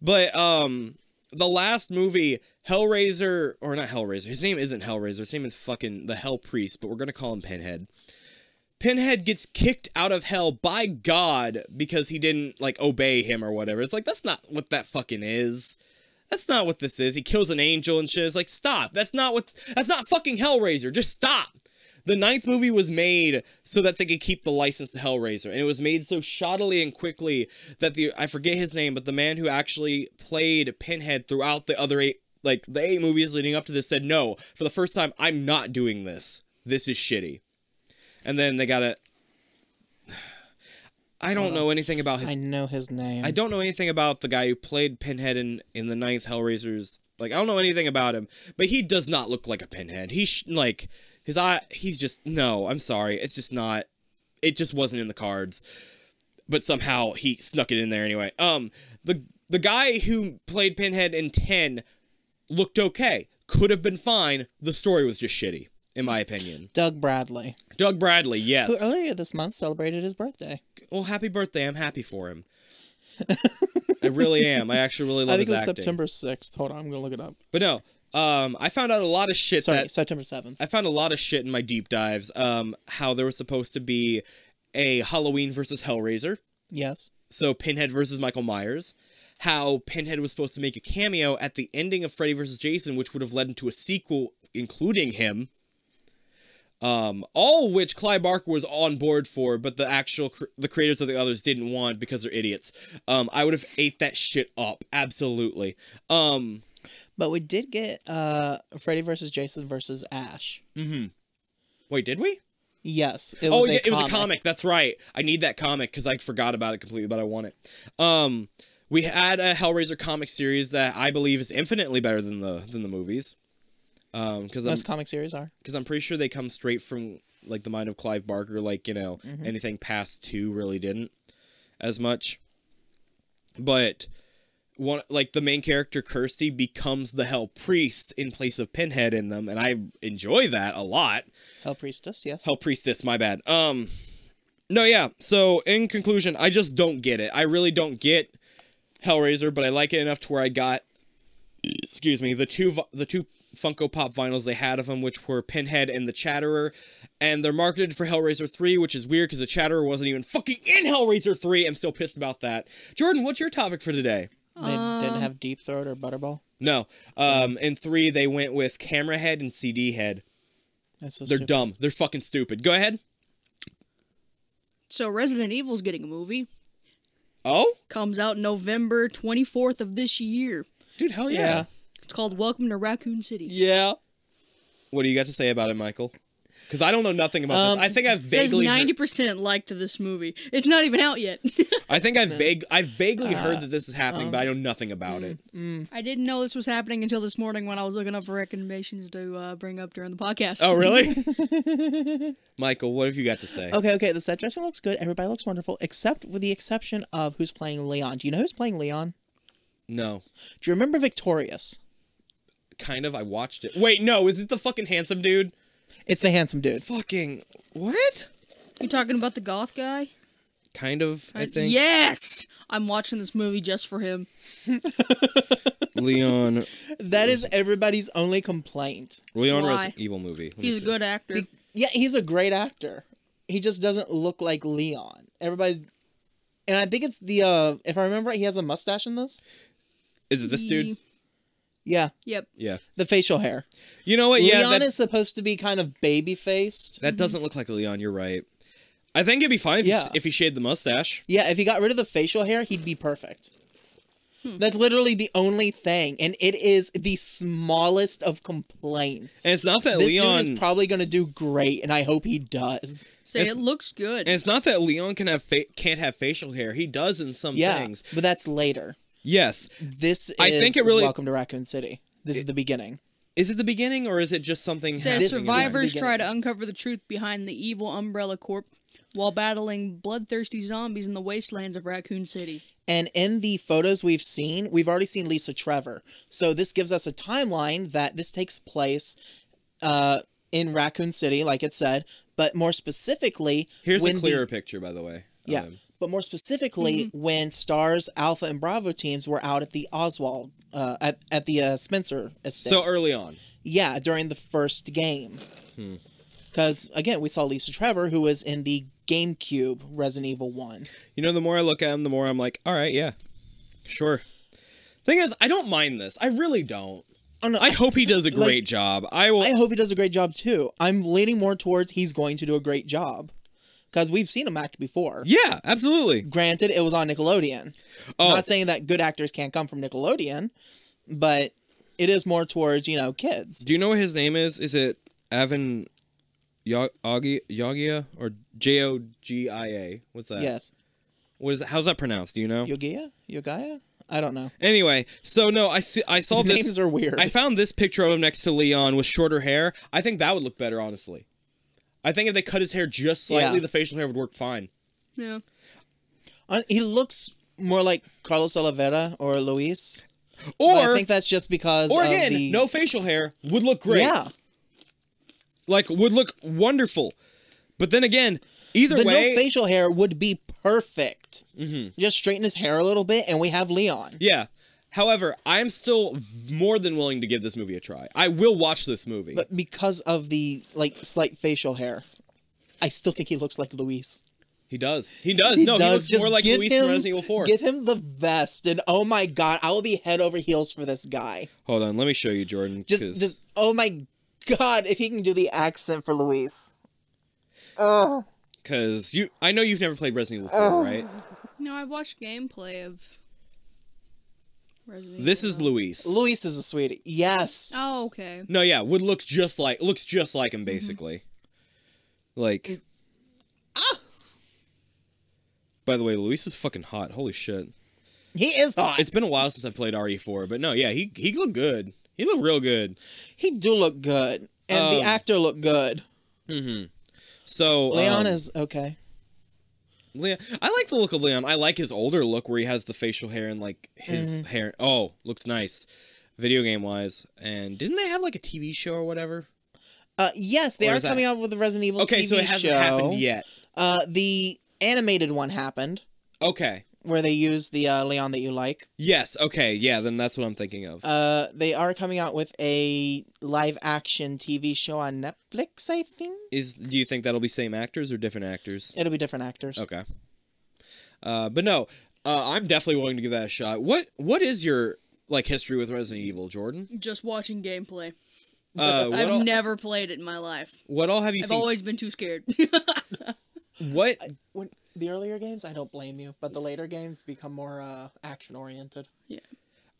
S2: But um the last movie Hellraiser or not Hellraiser. His name isn't Hellraiser. His name is fucking the Hell Priest, but we're going to call him Pinhead. Pinhead gets kicked out of hell by God because he didn't like obey him or whatever. It's like that's not what that fucking is. That's not what this is. He kills an angel and shit. It's like stop. That's not what. That's not fucking Hellraiser. Just stop. The ninth movie was made so that they could keep the license to Hellraiser, and it was made so shoddily and quickly that the I forget his name, but the man who actually played Pinhead throughout the other eight, like the eight movies leading up to this, said no. For the first time, I'm not doing this. This is shitty. And then they got it. I don't know anything about his
S4: I know his name.
S2: I don't know anything about the guy who played Pinhead in, in the ninth Hellraisers. Like I don't know anything about him, but he does not look like a Pinhead. He sh- like his eye. He's just no. I'm sorry. It's just not. It just wasn't in the cards. But somehow he snuck it in there anyway. Um, the the guy who played Pinhead in ten looked okay. Could have been fine. The story was just shitty, in my opinion.
S4: Doug Bradley,
S2: Doug Bradley,
S4: who
S2: yes.
S4: earlier this month celebrated his birthday.
S2: Well, happy birthday. I'm happy for him. I really am. I actually really love
S4: I think
S2: his
S4: it was
S2: acting.
S4: September 6th. Hold on, I'm going to look it up.
S2: But no, um, I found out a lot of shit
S4: Sorry,
S2: that
S4: September 7th.
S2: I found a lot of shit in my deep dives. Um, how there was supposed to be a Halloween versus Hellraiser,
S4: yes.
S2: so Pinhead versus Michael Myers. How Pinhead was supposed to make a cameo at the ending of Freddy versus Jason, which would have led into a sequel, including him. Um, all which Clive Barker was on board for, but the actual cr- the creators of the others didn't want because they're idiots. Um, I would have ate that shit up absolutely. Um,
S4: But we did get uh Freddy versus Jason versus Ash.
S2: wait, did we?
S4: Yes. It
S2: Oh
S4: was
S2: yeah,
S4: a
S2: it was a comic. That's right. I need that comic because I forgot about it completely, but I want it. Um, we had a Hellraiser comic series that I believe is infinitely better than the than the movies. Um, because I'm
S4: Most comic series are.
S2: because I'm pretty sure they come straight from like the mind of Clive Barker. Like you know,
S4: Mm-hmm.
S2: anything past two really didn't as much. But one like the main character Kirsty becomes the Hell Priest in place of Pinhead in them, and I enjoy that a lot.
S4: Hell Priestess, yes.
S2: Hell Priestess, my bad. Um No, yeah. So in conclusion, I just don't get it. I really don't get Hellraiser, but I like it enough to where I got excuse me, the two vi- the two Funko Pop vinyls they had of them which were Pinhead and the Chatterer, and they're marketed for Hellraiser 3, which is weird cuz the Chatterer wasn't even fucking in Hellraiser 3. I'm still pissed about that. Jordan, what's your topic for today?
S4: They didn't have Deep Throat or Butterball.
S2: No. Um in 3 they went with Camera Head and CD Head.
S4: That's so
S2: They're
S4: stupid.
S2: dumb. They're fucking stupid. Go ahead.
S3: So Resident Evil's getting a movie.
S2: Oh?
S3: Comes out November 24th of this year.
S2: Dude, hell yeah.
S4: Yeah.
S3: It's called Welcome to Raccoon City.
S2: Yeah. What do you got to say about it, Michael? Because I don't know nothing about
S4: Um,
S2: this. I think I've
S3: It says
S2: vaguely.
S3: ninety
S2: Heard,
S3: percent liked this movie. It's not even out yet.
S2: I think I vague. I vaguely heard that this is happening, but I know nothing about it.
S3: I didn't know this was happening until this morning when I was looking up for recommendations to uh, bring up during the podcast.
S2: Oh, really? Michael, what have you got to say?
S4: Okay, okay. The set dressing looks good. Everybody looks wonderful, except with the exception of who's playing Leon. Do you know who's playing Leon?
S2: No,
S4: Do you remember Victorious?
S2: kind of. I watched it. Wait, no, is it the fucking handsome dude?
S4: It's the handsome dude.
S2: Fucking what?
S3: You talking about the goth guy?
S2: Kind of. I think.
S3: Uh, Yes, I'm watching this movie just for him.
S2: Leon.
S4: That is everybody's only complaint.
S2: Leon
S3: Why?
S2: Resident Evil movie. Let me
S3: He's a
S2: see.
S3: good actor.
S4: Yeah, he's a great actor. He just doesn't look like Leon. Everybody's and I think it's the uh if I remember right, he has a mustache in this.
S2: Is it this dude?
S3: He-
S4: Yeah.
S3: Yep.
S2: Yeah.
S4: The facial hair.
S2: You know what? Yeah,
S4: Leon
S2: that,
S4: is supposed to be kind of baby faced.
S2: that doesn't look like Leon. You're right. I think it'd be fine if,
S4: Yeah.
S2: he, if he shaved the mustache.
S4: Yeah, if he got rid of the facial hair, he'd be perfect. That's literally the only thing, and it is the smallest of complaints.
S2: And it's not that
S4: this
S2: Leon.
S4: dude is probably gonna do great, and I hope he does.
S3: Say
S2: It's-
S3: it looks good.
S2: And it's not that Leon can have fa- can't have facial hair. He does in some
S4: Yeah,
S2: things.
S4: but that's later.
S2: Yes.
S4: This is
S2: I think it really-
S4: Welcome to Raccoon City. This is the beginning.
S2: Is it the beginning or is it just something?
S3: Says
S4: This-
S2: happening?
S3: survivors
S4: this-
S3: try to uncover the truth behind the evil Umbrella Corp while battling bloodthirsty zombies in the wastelands of Raccoon City.
S4: And in the photos we've seen, we've already seen Lisa Trevor. So this gives us a timeline that this takes place uh, in Raccoon City, like it said, but more specifically,
S2: Here's
S4: when
S2: a
S4: the-
S2: clearer picture, by the way. Um, of
S4: yeah,
S2: him.
S4: but more specifically, when Stars Alpha and Bravo teams were out at the Oswald, uh, at at the uh, Spencer estate.
S2: So early on.
S4: yeah, during the first game,
S2: Hmm.
S4: because again, we saw Lisa Trevor, who was in the GameCube Resident Evil One.
S2: You know, the more I look at him, the more I'm like, all right, yeah, sure. Thing is, I don't mind this. I really don't.
S4: Oh no,
S2: I hope he does a
S4: Like-
S2: great job. I will.
S4: I hope he does a great job too. I'm leaning more towards he's going to do a great job because we've seen him act before.
S2: yeah, absolutely.
S4: Granted, it was on Nickelodeon.
S2: Oh,
S4: Not saying that good actors can't come from Nickelodeon, but it is more towards you know kids.
S2: do you know what his name is? Is it Avin Yo- Augie- Yogia or J O G I A? What's that?
S4: Yes,
S2: What is it? How's that pronounced? Do you know?
S4: Yogia, Yogaya. I don't know.
S2: Anyway, so no, I see. I saw this.
S4: Names are weird.
S2: I found this picture of him next to Leon with shorter hair. I think that would look better, honestly. I think if they cut his hair just slightly,
S4: Yeah.
S2: the facial hair would work fine.
S3: Yeah.
S4: Uh, he looks more like Carlos Oliveira or Luis.
S2: Or
S4: But I think that's just because
S2: or
S4: of
S2: again,
S4: the-
S2: no facial hair would look great.
S4: Yeah,
S2: Like would look wonderful. But then again, either
S4: the
S2: way, Mm-hmm.
S4: no facial hair would be perfect. Just straighten his hair a little bit, and we have Leon.
S2: yeah. However, I'm still v- more than willing to give this movie a try. I will watch this movie.
S4: But because of the like slight facial hair, I still think he looks like Luis.
S2: he does. He does.
S4: He
S2: no,
S4: does.
S2: he looks
S4: Just
S2: more like
S4: give
S2: Luis
S4: him-
S2: from Resident Evil 4.
S4: Give him the vest, and oh my god, I will be head over heels for this guy.
S2: Hold on, let me show you Jordan.
S4: Just,
S2: 'cause-
S4: just oh my god, if he can do the accent for Luis. Oh,
S2: Cause you, I know you've never played Resident Evil Four, right?
S3: No, I've watched gameplay of Resident
S2: This
S3: Evil.
S2: is Luis.
S4: Luis is a sweetie. Yes,
S3: Oh, okay.
S2: no, yeah, would look just like looks just like
S4: Mm-hmm.
S2: him basically. Like, Ah! by the way, Luis is fucking hot. Holy shit!
S4: he is hot.
S2: It's been a while since I played RE4, but no, yeah, he he looked good. He looked real good.
S4: He do look good, and the
S2: Um,
S4: actor look good.
S2: So um,
S4: Leon is okay.
S2: Leon. I like the look of Leon. I like his older look where he has the facial hair and like his
S4: Mm-hmm.
S2: hair. Oh, looks nice, video game wise. And didn't they have like a TV show or whatever?
S4: Uh, yes, they
S2: Where
S4: are
S2: is that?
S4: coming out with the Resident Evil
S2: Okay,
S4: TV
S2: so it hasn't
S4: show.
S2: happened yet.
S4: Uh, the animated one happened,
S2: Okay.
S4: where they use the uh, Leon that you like.
S2: Yes. Okay. Yeah. Then that's what I'm thinking of.
S4: Uh, they are coming out with a live action TV show on Netflix. I think
S2: Is do you think that'll be same actors or different actors?
S4: it'll be different actors.
S2: Okay. Uh, but no, uh, I'm definitely willing to give that a shot. What What is your like history with Resident Evil, Jordan?
S3: Just watching gameplay.
S2: Uh, what,
S3: I've
S2: all,
S3: never played it in my life.
S2: what all have you
S3: I've
S2: seen?
S3: always been too scared.
S2: what
S4: When the earlier games, I don't blame you, but the later games become more uh, action oriented.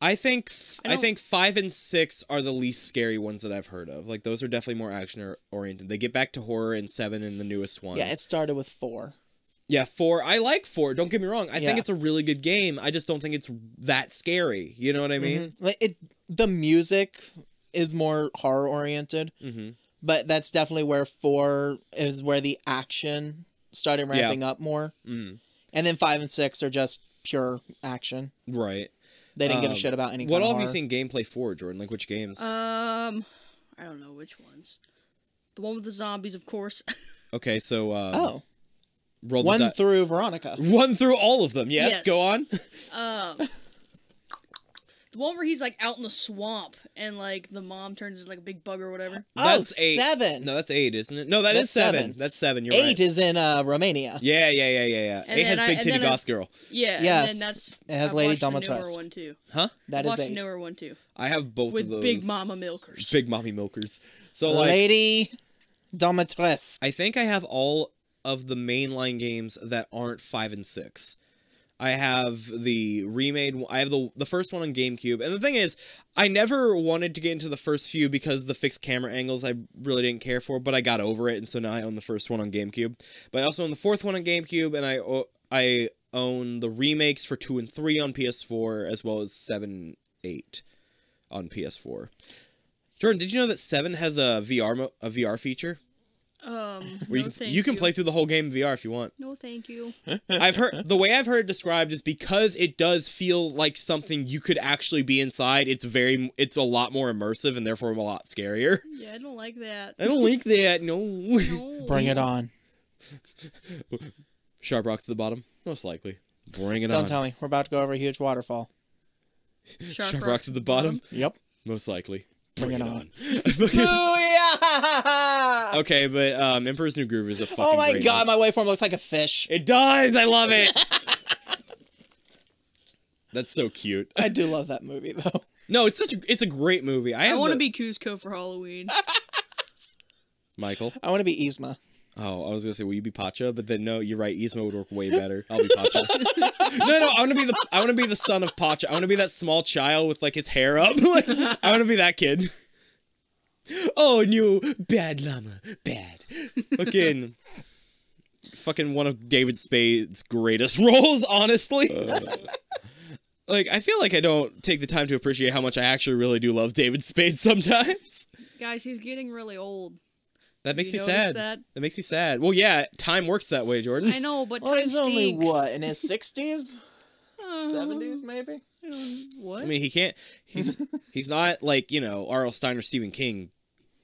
S2: I think f-
S3: I
S2: I,
S3: don't-
S2: think five and six are the least scary ones that I've heard of. Like those are definitely more action or- oriented. They get back to horror in seven and the newest one.
S4: Yeah, it started with four.
S2: Yeah, four. I like four. Don't get me wrong. I
S4: Yeah.
S2: think it's a really good game. I just don't think it's that scary. You know what I mean?
S4: Like it, the music is more horror oriented,
S2: Mhm.
S4: but that's definitely where four is where the action started
S2: Yeah.
S4: ramping up more,
S2: Mm.
S4: and then five and six are just pure action.
S2: Right.
S4: They didn't give a
S2: Um,
S4: shit about any.
S2: What
S4: kind of
S2: all have you
S4: horror.
S2: seen gameplay for, Jordan? Like which games?
S3: um, I don't know which ones. The one with the zombies, of course.
S2: okay, so uh,
S4: Oh,
S2: roll
S4: one
S2: the di-
S4: through Veronica.
S2: Run through all of them. Yes,
S3: Yes.
S2: go on.
S3: Um, the one where he's like out in the swamp and like the mom turns into like a big bug or whatever.
S2: That's
S4: oh,
S2: eight.
S4: seven.
S2: No, that's eight, isn't it? No, that's
S4: That's
S2: seven.
S4: seven.
S2: That's seven. You're
S4: eight
S2: right.
S4: is in uh, Romania.
S2: Yeah, yeah, yeah, yeah, yeah.
S3: And
S2: eight has
S3: then I-
S2: big
S3: and
S2: titty
S3: then I-
S2: goth girl.
S3: Yeah. and
S4: Yes,
S3: then that's
S4: it has
S3: I've
S4: Lady
S3: watched the
S4: Domitrescu.
S3: newer one too.
S2: Huh?
S4: That is
S3: watched the
S4: eight.
S3: newer one too
S2: I have both
S3: with
S2: of those.
S3: Big Mama Milkers.
S2: Big mommy milkers. So like,
S4: Lady Domitrescu.
S2: I think I have all of the mainline games that aren't five and six. I have the remade. I have the the first one on GameCube, and the thing is, I never wanted to get into the first few because the fixed camera angles I really didn't care for. But I got over it, and so now I own the first one on GameCube. But I also own the fourth one on GameCube, and I o- I own the remakes for two and three on PS4, as well as seven, eight, on PS4. Jordan, did you know that seven has a VR mo- a VR feature?
S3: Uh, Um,
S2: Where
S3: no,
S2: you, can,
S3: thank
S2: you can play through the whole game in VR if you want.
S3: No, thank you.
S2: I've heard the way I've heard it described is because it does feel like something you could actually be inside. It's very, it's a lot more immersive and therefore a lot scarier.
S3: Yeah, I don't like that.
S2: I don't like that. No.
S3: No.
S4: Bring it on.
S2: Sharp rock to the bottom, most likely. Bring it
S4: Don't
S2: on.
S4: tell me. We're about to go over a huge waterfall.
S3: Sharp,
S2: Sharp rock to the bottom,
S4: Yep.
S2: most likely.
S4: Bring it on.
S2: Fucking-
S4: Booyah!
S2: okay, but um, Emperor's New Groove is a fucking.
S4: Oh my
S2: great
S4: god,
S2: movie.
S4: my waveform looks like a fish.
S2: It does. I love it. That's so cute.
S4: I do love that movie though.
S2: No, it's such a it's a great movie. I,
S3: I
S2: have
S3: want to
S2: the-
S3: be Cusco for Halloween.
S2: Michael.
S4: I want to be Yzma.
S2: Oh, I was gonna say, will you be Pacha? But then no, you're right. Yzma would work way better. I'll be Pacha. no, no, I want to be the I want to be the son of Pacha. I want to be that small child with like his hair up. Like, I want to be that kid. Oh, new bad llama, bad fucking fucking one of David Spade's greatest roles. Honestly. Like I feel like I don't take the time to appreciate how much I actually really do love David Spade sometimes.
S3: Guys, he's getting really old.
S2: That makes
S3: You
S2: me
S3: notice
S2: sad.
S3: that?
S2: That? makes me sad. Well, yeah, time works that way, Jordan.
S3: I know, but
S4: Well,
S3: time
S4: he's only
S3: stinks.
S4: what in his sixties, Uh-huh.
S3: Uh,
S4: seventies, maybe.
S3: What?
S2: I mean, he can't. He's he's not like you know R.L. Stein or Stephen King.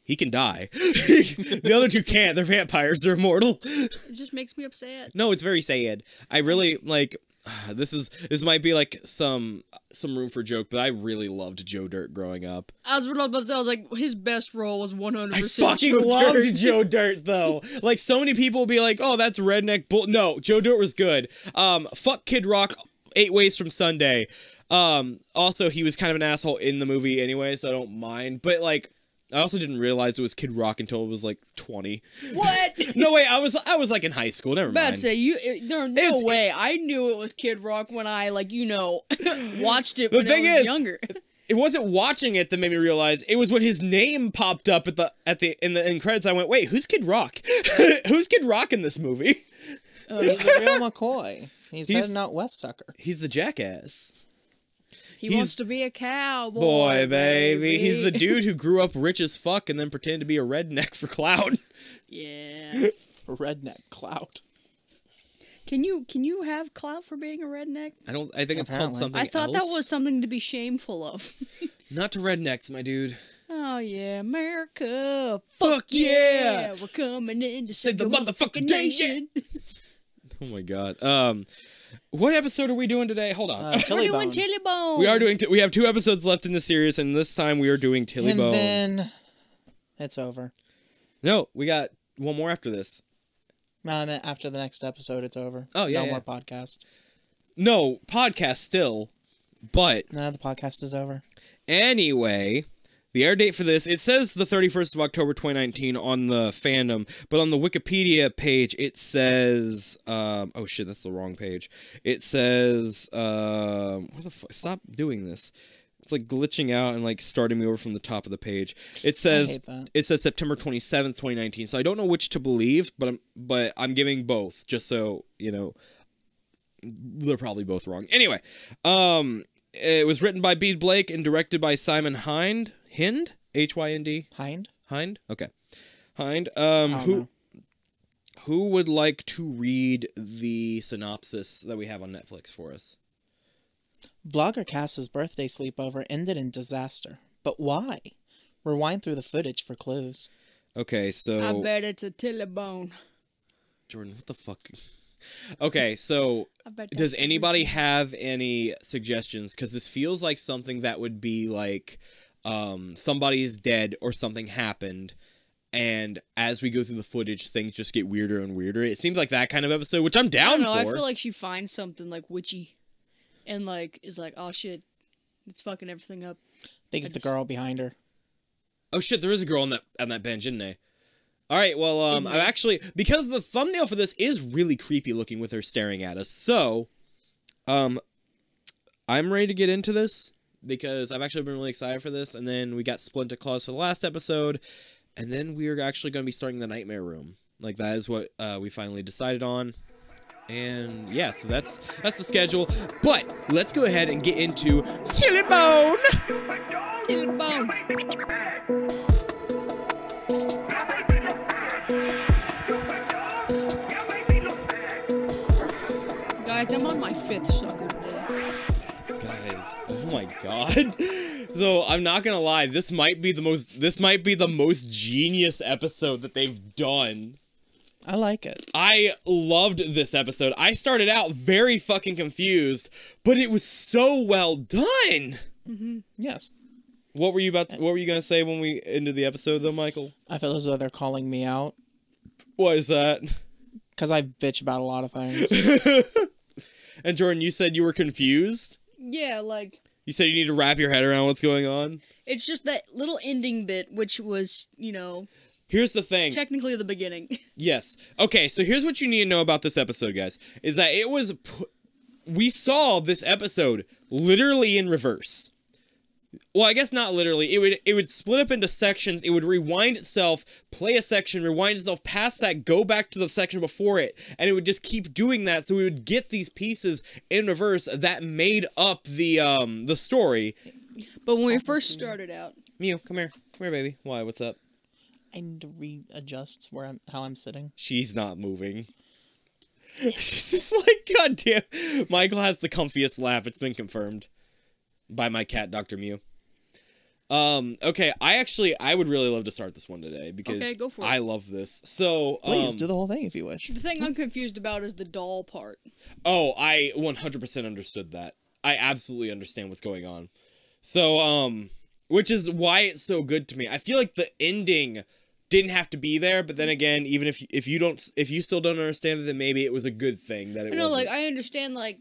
S2: He can die. the other two can't. They're vampires. They're immortal.
S3: it just makes me upset.
S2: No, it's very sad. I really like. This is this might be like some some room for joke, but I really loved Joe Dirt growing up.
S3: I was, I was like, his best role was 100%.
S2: I fucking
S3: Joe
S2: loved
S3: Dirt.
S2: Joe Dirt though. Like so many people be like, "Oh, that's redneck bull." No, Joe Dirt was good. Um, fuck Kid Rock, Eight Ways from Sunday. Um, also he was kind of an asshole in the movie anyway, so I don't mind. But like, I also didn't realize it was Kid Rock until it was like twenty.
S3: What?
S2: No wait, I was I was like in high school. Never
S3: About
S2: mind.
S3: to say you. It, there no
S2: It's-
S3: way. I knew it was Kid Rock when I like you know watched it
S2: The
S3: when
S2: thing
S3: I was
S2: is-
S3: younger.
S2: It wasn't watching it that made me realize. It was when his name popped up at the at the in the in credits. I went, wait, who's Kid Rock? who's Kid Rock in this movie?
S4: Oh, He's the real McCoy. He's,
S2: He's-
S4: heading out west, sucker.
S2: He's the jackass.
S3: He
S2: he's-
S3: wants to be a cowboy.
S2: boy, baby. He's the dude who grew up rich as fuck and then pretended to be a redneck for clout.
S3: Yeah.
S4: Redneck clout.
S3: Can you can you have clout for being a redneck?
S2: I don't. I think it's called
S4: Apparently.
S2: something.
S3: I thought that
S2: else.
S3: was something to be shameful of.
S2: not to rednecks, my dude.
S3: oh yeah, America.
S2: Fuck yeah!
S3: we're coming in to
S2: Save
S3: save
S2: the
S3: the
S2: motherfucking
S3: motherfucking
S2: day,
S3: nation.
S2: Oh my god. Um, what episode are we doing today? Hold on.
S4: Uh,
S3: We're
S4: Tilly
S3: doing
S4: Bone.
S3: Tilly Bone.
S2: we are doing. T- we have two episodes left in the series, and this time we are doing Tilly
S4: and
S2: Bone.
S4: then it's over.
S2: No, we got one more after this.
S4: No, I meant after the next episode, it's over.
S2: Oh, yeah,
S4: no
S2: yeah.
S4: more podcast.
S2: No podcast still, but
S4: No, the podcast is over.
S2: Anyway, the air date for this it says the 31st of October 2019 on the fandom, but on the Wikipedia page it says um oh shit, that's the wrong page. It says um what the fuck stop doing this. It's like glitching out and like starting me over from the top of the page. It says
S4: hate that.
S2: it says September 27th, 2019. So I don't know which to believe, but I'm but I'm giving both just so, you know, they're probably both wrong. Anyway, um, it was written by Bede Blake and directed by Simon Hind. Hind? H Y N D?
S4: Hind?
S2: Hind? Okay. Hind. Um,
S4: don't
S2: who
S4: know.
S2: who would like to read the synopsis that we have on Netflix for us?
S4: Vlogger Cass's birthday sleepover ended in disaster. But why? Rewind through the footage for clues.
S2: Okay,
S3: I
S2: so
S3: bet it's a Tilly Bone.
S2: Jordan, what the fuck? Okay, so
S3: I bet
S2: does
S3: that's-
S2: anybody have any suggestions because this feels like something that would be like um, somebody is dead or something happened and as we go through the footage things just get weirder and weirder it seems like that kind of episode which i'm
S3: I
S2: down
S3: don't know.
S2: for
S3: I feel like she finds something like witchy, and like is like, oh shit, it's fucking everything up.
S4: I think it's the girl behind her.
S2: oh shit there is a girl on that on that bench isn't there all right well um i actually because the thumbnail for this is really creepy looking with her staring at us so um i'm ready to get into this because i've actually been really excited for this and then we got splinter claws for the last episode and then we are actually going to be starting the nightmare room like that is what uh, we finally decided on and yeah so that's that's the schedule but let's go ahead and get into chili bone
S3: Tilly Bone.
S1: Bone.
S2: Oh god. So I'm not gonna lie, this might be the most this might be the most genius episode that they've done.
S4: I like it.
S2: I loved this episode. I started out very fucking confused, but it was so well done.
S4: Yes.
S2: What were you about? what were you gonna say when we ended the episode, though, Michael?
S4: I feel as though they're calling me out
S2: What is that?
S4: because I bitch about a lot of things.
S2: And Jordan, you said you were confused.
S3: Yeah, like
S2: You said you need to wrap your head around what's going on.
S3: it's just that little ending bit, which was you know
S2: Here's the thing.
S3: technically the beginning.
S2: Yes. Okay, so here's what you need to know about this episode, guys. Is that it was pu- we saw this episode literally in reverse. Well, I guess not literally. It would it would split up into sections. It would rewind itself, play a section, rewind itself past that, go back to the section before it, and it would just keep doing that. So we would get these pieces in reverse that made up the um the story.
S3: but when we first started out,
S2: Mew, come here, come here, baby. Why? What's up?
S4: I need to readjust where I'm how I'm sitting.
S2: She's not moving. She's just like, God damn. Michael has the comfiest lap. It's been confirmed by my cat, Dr. Mew. Um, okay, I actually, I would really love to start this one today because
S3: Okay, go for it.
S2: I love this. So, um, uh,
S4: Please do the whole thing if you wish.
S3: the thing I'm confused about is the doll part.
S2: oh, I 100% understood that. I absolutely understand what's going on. So, um, which is why it's so good to me. I feel like the ending didn't have to be there, but then again, even if if you don't if you still don't understand it, then maybe it was a good thing that it
S3: I know,
S2: was
S3: like I understand, like.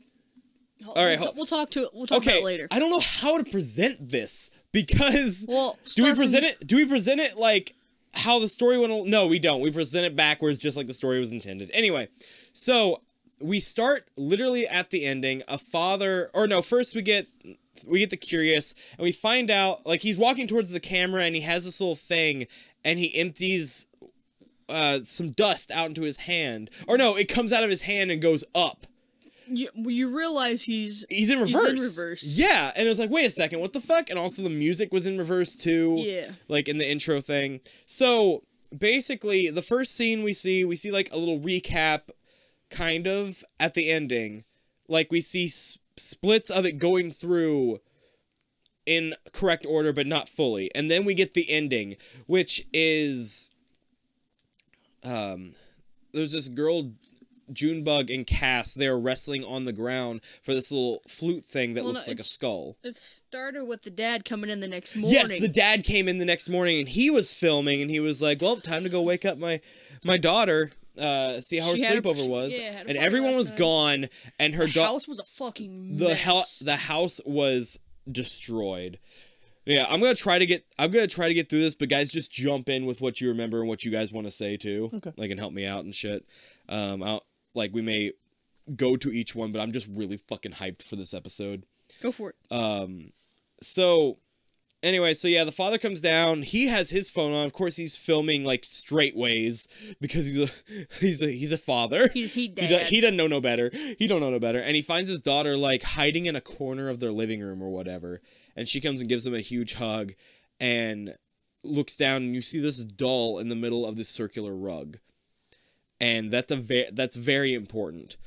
S3: All
S2: right,
S3: we'll,
S2: ho-
S3: t- we'll talk to it. We'll talk about it later.
S2: I don't know how to present this because
S3: well,
S2: do we
S3: start from-
S2: present it? Do we present it like how the story went? al- No, we don't. We present it backwards, just like the story was intended. Anyway, so we start literally at the ending. A father, or no, first we get we get the curious, and we find out like he's walking towards the camera, and he has this little thing, and he empties uh, some dust out into his hand, or no, it comes out of his hand and goes up
S3: You, you realize he's
S2: he's in
S3: He's in
S2: reverse.
S3: reverse.
S2: Yeah, and it was like, wait a second, what the fuck? And also the music was in reverse too.
S3: Yeah.
S2: Like in the intro thing. So basically, the first scene we see, we see like a little recap, kind of at the ending. Like we see s- splits of it going through in correct order, but not fully. And then we get the ending, which is um, there's this girl Junebug and Cass, they're wrestling on the ground for this little flute thing that
S3: Well, no,
S2: looks like a
S3: it's-
S2: skull.
S3: It started with the dad coming in the next morning.
S2: Yes, the dad came in the next morning and he was filming and he was like, "Well, time to go wake up my my daughter, uh, see how
S3: She
S2: her
S3: had a-
S2: sleepover was."
S3: yeah, had a
S2: and
S3: party
S2: everyone
S3: last
S2: was
S3: night.
S2: gone, and her
S3: The
S2: daughter
S3: house was a fucking
S2: the
S3: mess.
S2: house the house was destroyed. Yeah, I'm gonna try to get I'm gonna try to get through this, but guys, just jump in with what you remember and what you guys want to say too.
S4: Okay.
S2: Like and help me out and shit. Um, I'll, like we may go to each one, but I'm just really fucking hyped for this episode.
S3: Go for it.
S2: uh, So anyway, so yeah, the father comes down. He has his phone on. Of course, he's filming like straightways because he's a he's a he's a father.
S3: He, he
S2: He,
S3: dad.
S2: do, he doesn't know no better. He don't know no better. And he finds his daughter like hiding in a corner of their living room or whatever. And she comes and gives him a huge hug and looks down and you see this doll in the middle of this circular rug. And that's a ve- that's very important.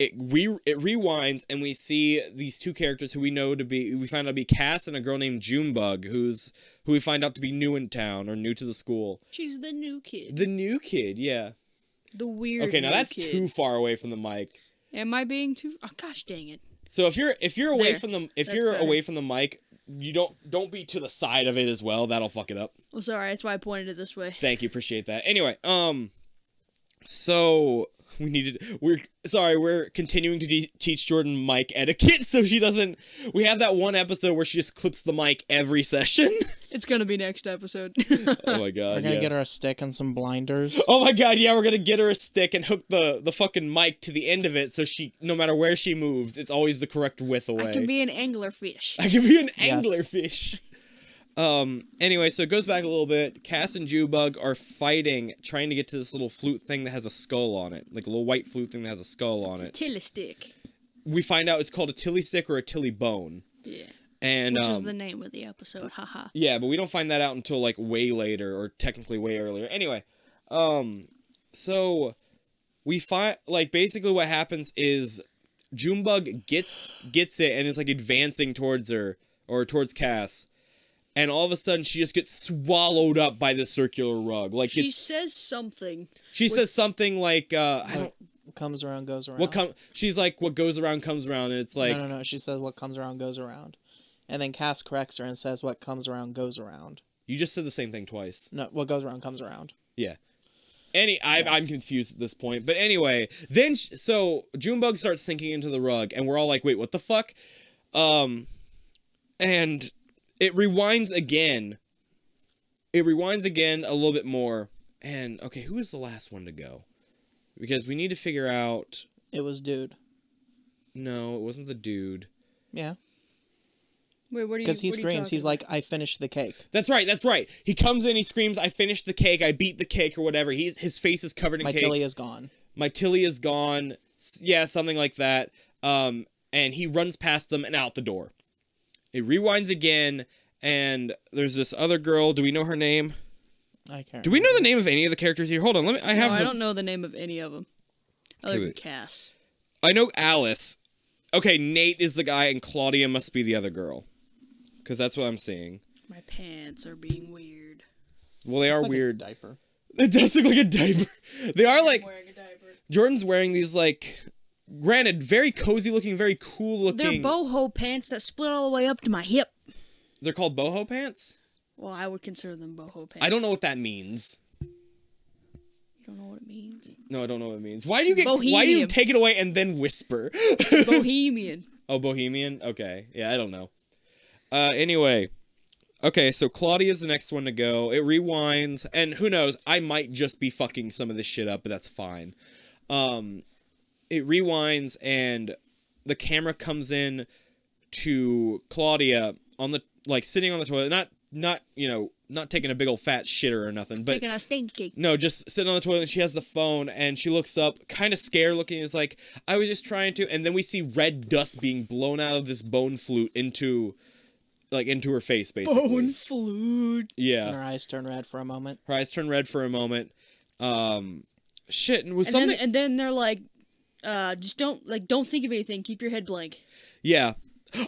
S2: It we it rewinds and we see these two characters who we know to be we find out to be Cass and a girl named Junebug who's who we find out to be new in town or new to the school.
S3: She's the new kid.
S2: The new kid, yeah.
S3: The weird
S2: Okay, now
S3: new
S2: that's
S3: kid.
S2: too far away from the mic.
S3: Am I being too... Oh, gosh dang it.
S2: So if you're if you're away
S3: There.
S2: from the if
S3: That's
S2: you're
S3: better.
S2: away from the mic, you don't don't be to the side of it as well. That'll fuck it up.
S3: Oh, sorry. That's why I pointed it this way.
S2: Thank you, appreciate that. Anyway, um, so we needed we're sorry we're continuing to de- teach Jordan mic etiquette so she doesn't. We have that one episode where she just clips the mic every session.
S3: It's gonna be next episode.
S2: oh my god,
S4: We're gonna
S2: yeah.
S4: get her a stick and some blinders.
S2: Oh my god, yeah, we're gonna get her a stick and hook the the fucking mic to the end of it so she no matter where she moves, it's always the correct width away.
S3: I can be an anglerfish.
S2: I can be an
S4: Yes.
S2: anglerfish. Um. Anyway, so it goes back a little bit. Cass and Jewbug are fighting, trying to get to this little flute thing that has a skull on it, like a little white flute thing that has a skull on it.
S3: Tilly stick.
S2: We find out it's called a tilly stick or a tilly bone,
S3: Yeah.
S2: and
S3: Which is
S2: um,
S3: the name of the episode. Haha.
S2: yeah, but we don't find that out until like way later, or technically way earlier. Anyway, um, so we find like basically what happens is Junebug gets gets it and is like advancing towards her, or towards Cass, and all of a sudden she just gets swallowed up by this circular rug. Like
S3: She
S2: it's,
S3: says something.
S2: she says something like, uh, "I don't."
S4: comes around goes around.
S2: What come? She's like, "What goes around comes around," and it's like,
S4: no, no, no. She says what comes around goes around, and then Cass corrects her and says what comes around goes around.
S2: "You just said the same thing twice."
S4: No, what goes around comes around.
S2: Yeah. Any, I, I'm confused at this point. But anyway, then sh- so Junebug starts sinking into the rug, and we're all like, "Wait, what the fuck?" Um, and it rewinds again. It rewinds again a little bit more. And okay, who is the last one to go? Because we need to figure out.
S4: It was dude.
S2: No, it wasn't the dude.
S4: Yeah,
S3: Wait, what are you?
S4: because he
S3: what are you
S4: screams. He's
S3: talking
S4: like, "I finished the cake.
S2: That's right. That's right. He comes in. He screams, "I finished the cake. I beat the cake, or whatever." He's his face is covered in
S4: My
S2: cake.
S4: Tilly is gone."
S2: my Tilly is gone. S- Yeah, something like that. Um, and he runs past them and out the door. It rewinds again, and there's this other girl. Do we know her name?
S4: I can't.
S2: Do we know the name of any of the characters here? Hold on, let me. I
S3: about?
S2: have.
S3: No, I
S2: the-
S3: don't know the name of any of them. Other
S2: Okay,
S3: than
S2: wait.
S3: Cass.
S2: I know Alice. Okay, Nate is the guy, and Claudia must be the other girl, because that's what I'm seeing.
S3: My pants are being weird.
S2: Well, they are
S4: It's like a
S2: weird.
S4: diaper.
S2: It does look like a diaper. They are like Jordan's wearing these like, granted, very cozy looking, very cool
S3: They're
S2: looking.
S3: boho pants that split all the way up to my hip.
S2: They're called boho pants.
S3: Well, I would consider them boho pants.
S2: I don't know what that means.
S3: You don't know what it means.
S2: No, I don't know what it means. Why do you get? Why do you
S3: Bohemian.
S2: take it away and then whisper?
S3: Bohemian.
S2: oh, Bohemian. Okay, yeah, I don't know. Uh, anyway, okay, so Claudia's the next one to go. It rewinds, and who knows? I might just be fucking some of this shit up, but that's fine. Um, it rewinds, and the camera comes in to Claudia on the like sitting on the toilet, not not you know not taking a big old fat shitter or nothing, but
S3: Taking a stink cake.
S2: no, just sitting on the toilet. And she has the phone, and she looks up, kind of scared looking. Is like, I was just trying to. And then we see red dust being blown out of this bone flute into, like, into her face, basically.
S3: Bone flute.
S4: And her
S2: Yeah,
S4: eyes turn red for a moment.
S2: her eyes turn red for a moment. Um, shit, and was
S3: And
S2: something.
S3: then and then they're like, uh, just don't like don't think of anything. Keep your head blank.
S2: yeah.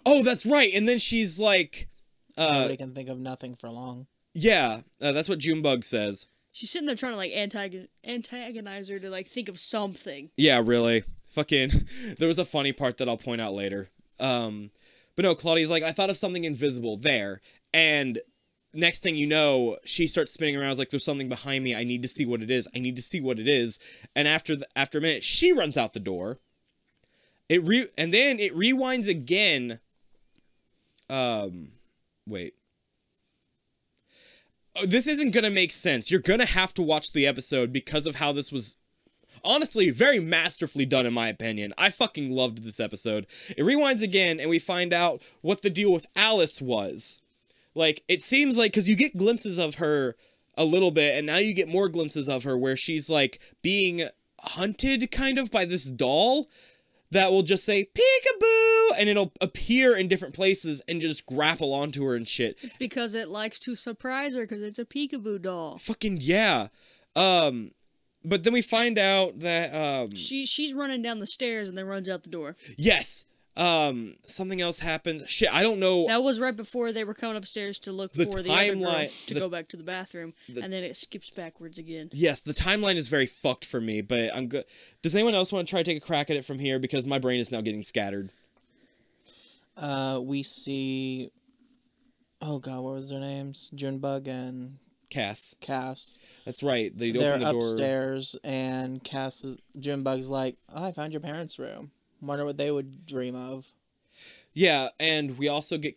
S2: Oh, that's right. And then she's like, uh,
S4: Nobody can think of nothing for long.
S2: yeah, uh, that's what Junebug says.
S3: She's sitting there trying to like antagon- antagonize her to like think of something.
S2: Yeah, really. Fucking. There was a funny part that I'll point out later. Um, but no, Claudia's like, I thought of something invisible there. And next thing you know, she starts spinning around. I was like, there's something behind me. I need to see what it is. I need to see what it is. And after the, after a minute, she runs out the door. It re and then it rewinds again. Um, wait. Oh, This isn't gonna make sense. You're gonna have to watch the episode because of how this was honestly very masterfully done in my opinion. I fucking loved this episode. It rewinds again and we find out what the deal with Alice was. Like it seems like cuz you get glimpses of her a little bit and now you get more glimpses of her where she's like being hunted kind of by this doll that will just say peekaboo and it'll appear in different places and just grapple onto her and shit.
S3: It's because it likes to surprise her because it's a peekaboo doll.
S2: Fucking yeah. Um but then we find out that um
S3: She she's running down the stairs and then runs out the door.
S2: Yes. Um, something else happened. Shit, I don't know.
S3: That was right before they were coming upstairs to look
S2: The
S3: for the other girl
S2: timeline-
S3: to
S2: the-
S3: go back to the bathroom, and then it skips backwards again.
S2: yes, the timeline is very fucked for me, but I'm good. Does anyone else want to try to take a crack at it from here? Because my brain is now getting scattered.
S4: Uh, we see. Oh God, what was their names? Junebug and
S2: Cass.
S4: Cass.
S2: That's right. They
S4: They're
S2: open the door.
S4: upstairs, and Cass is, Junebug's like, oh, "I found your parents' room. Wonder what they would dream of."
S2: Yeah, and we also get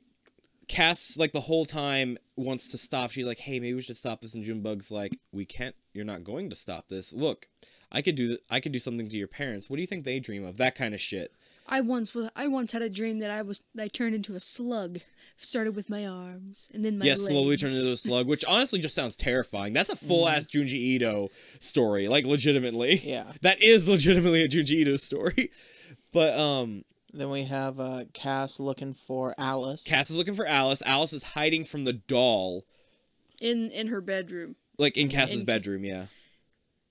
S2: Cass like the whole time wants to stop. She's like, "Hey, maybe we should stop this." And Junebug's like, "We can't. You're not going to stop this. Look, I could do. Th- I could do something to your parents. What do you think they dream of? That kind of shit."
S3: I once was I once had a dream that I was I turned into a slug. Started with my arms and then my
S2: yeah,
S3: legs. Mm-hmm.
S2: slowly turn into a slug, which honestly just sounds terrifying. That's a full ass Junji Ito story, like legitimately.
S4: Yeah.
S2: that is legitimately a Junji Ito story. But um,
S4: Then we have uh, Cass looking for Alice.
S2: Cass is looking for Alice. Alice is hiding from the doll,
S3: in in her bedroom.
S2: like in Cass's
S3: In-
S2: bedroom. Yeah,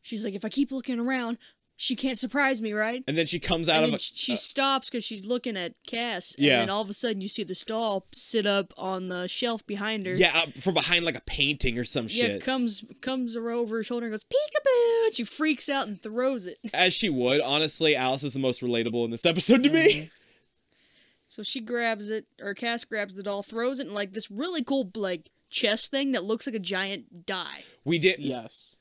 S3: She's like, if I keep looking around, she can't surprise me, right?
S2: and then she comes out
S3: And
S2: of
S3: then
S2: a, uh,
S3: sh- she stops because she's looking at Cass. And
S2: Yeah.
S3: then all of a sudden you see the doll sit up on the shelf behind her.
S2: yeah up from behind like a painting or some
S3: Yeah,
S2: shit.
S3: comes comes over her shoulder and goes peekaboo, and she freaks out and throws it.
S2: As she would, honestly, Alice is the most relatable in this episode to
S3: Mm-hmm.
S2: me.
S3: So she grabs it, or Cass grabs the doll, throws it, and like this really cool like chest thing that looks like a giant die.
S2: We did
S4: Yes.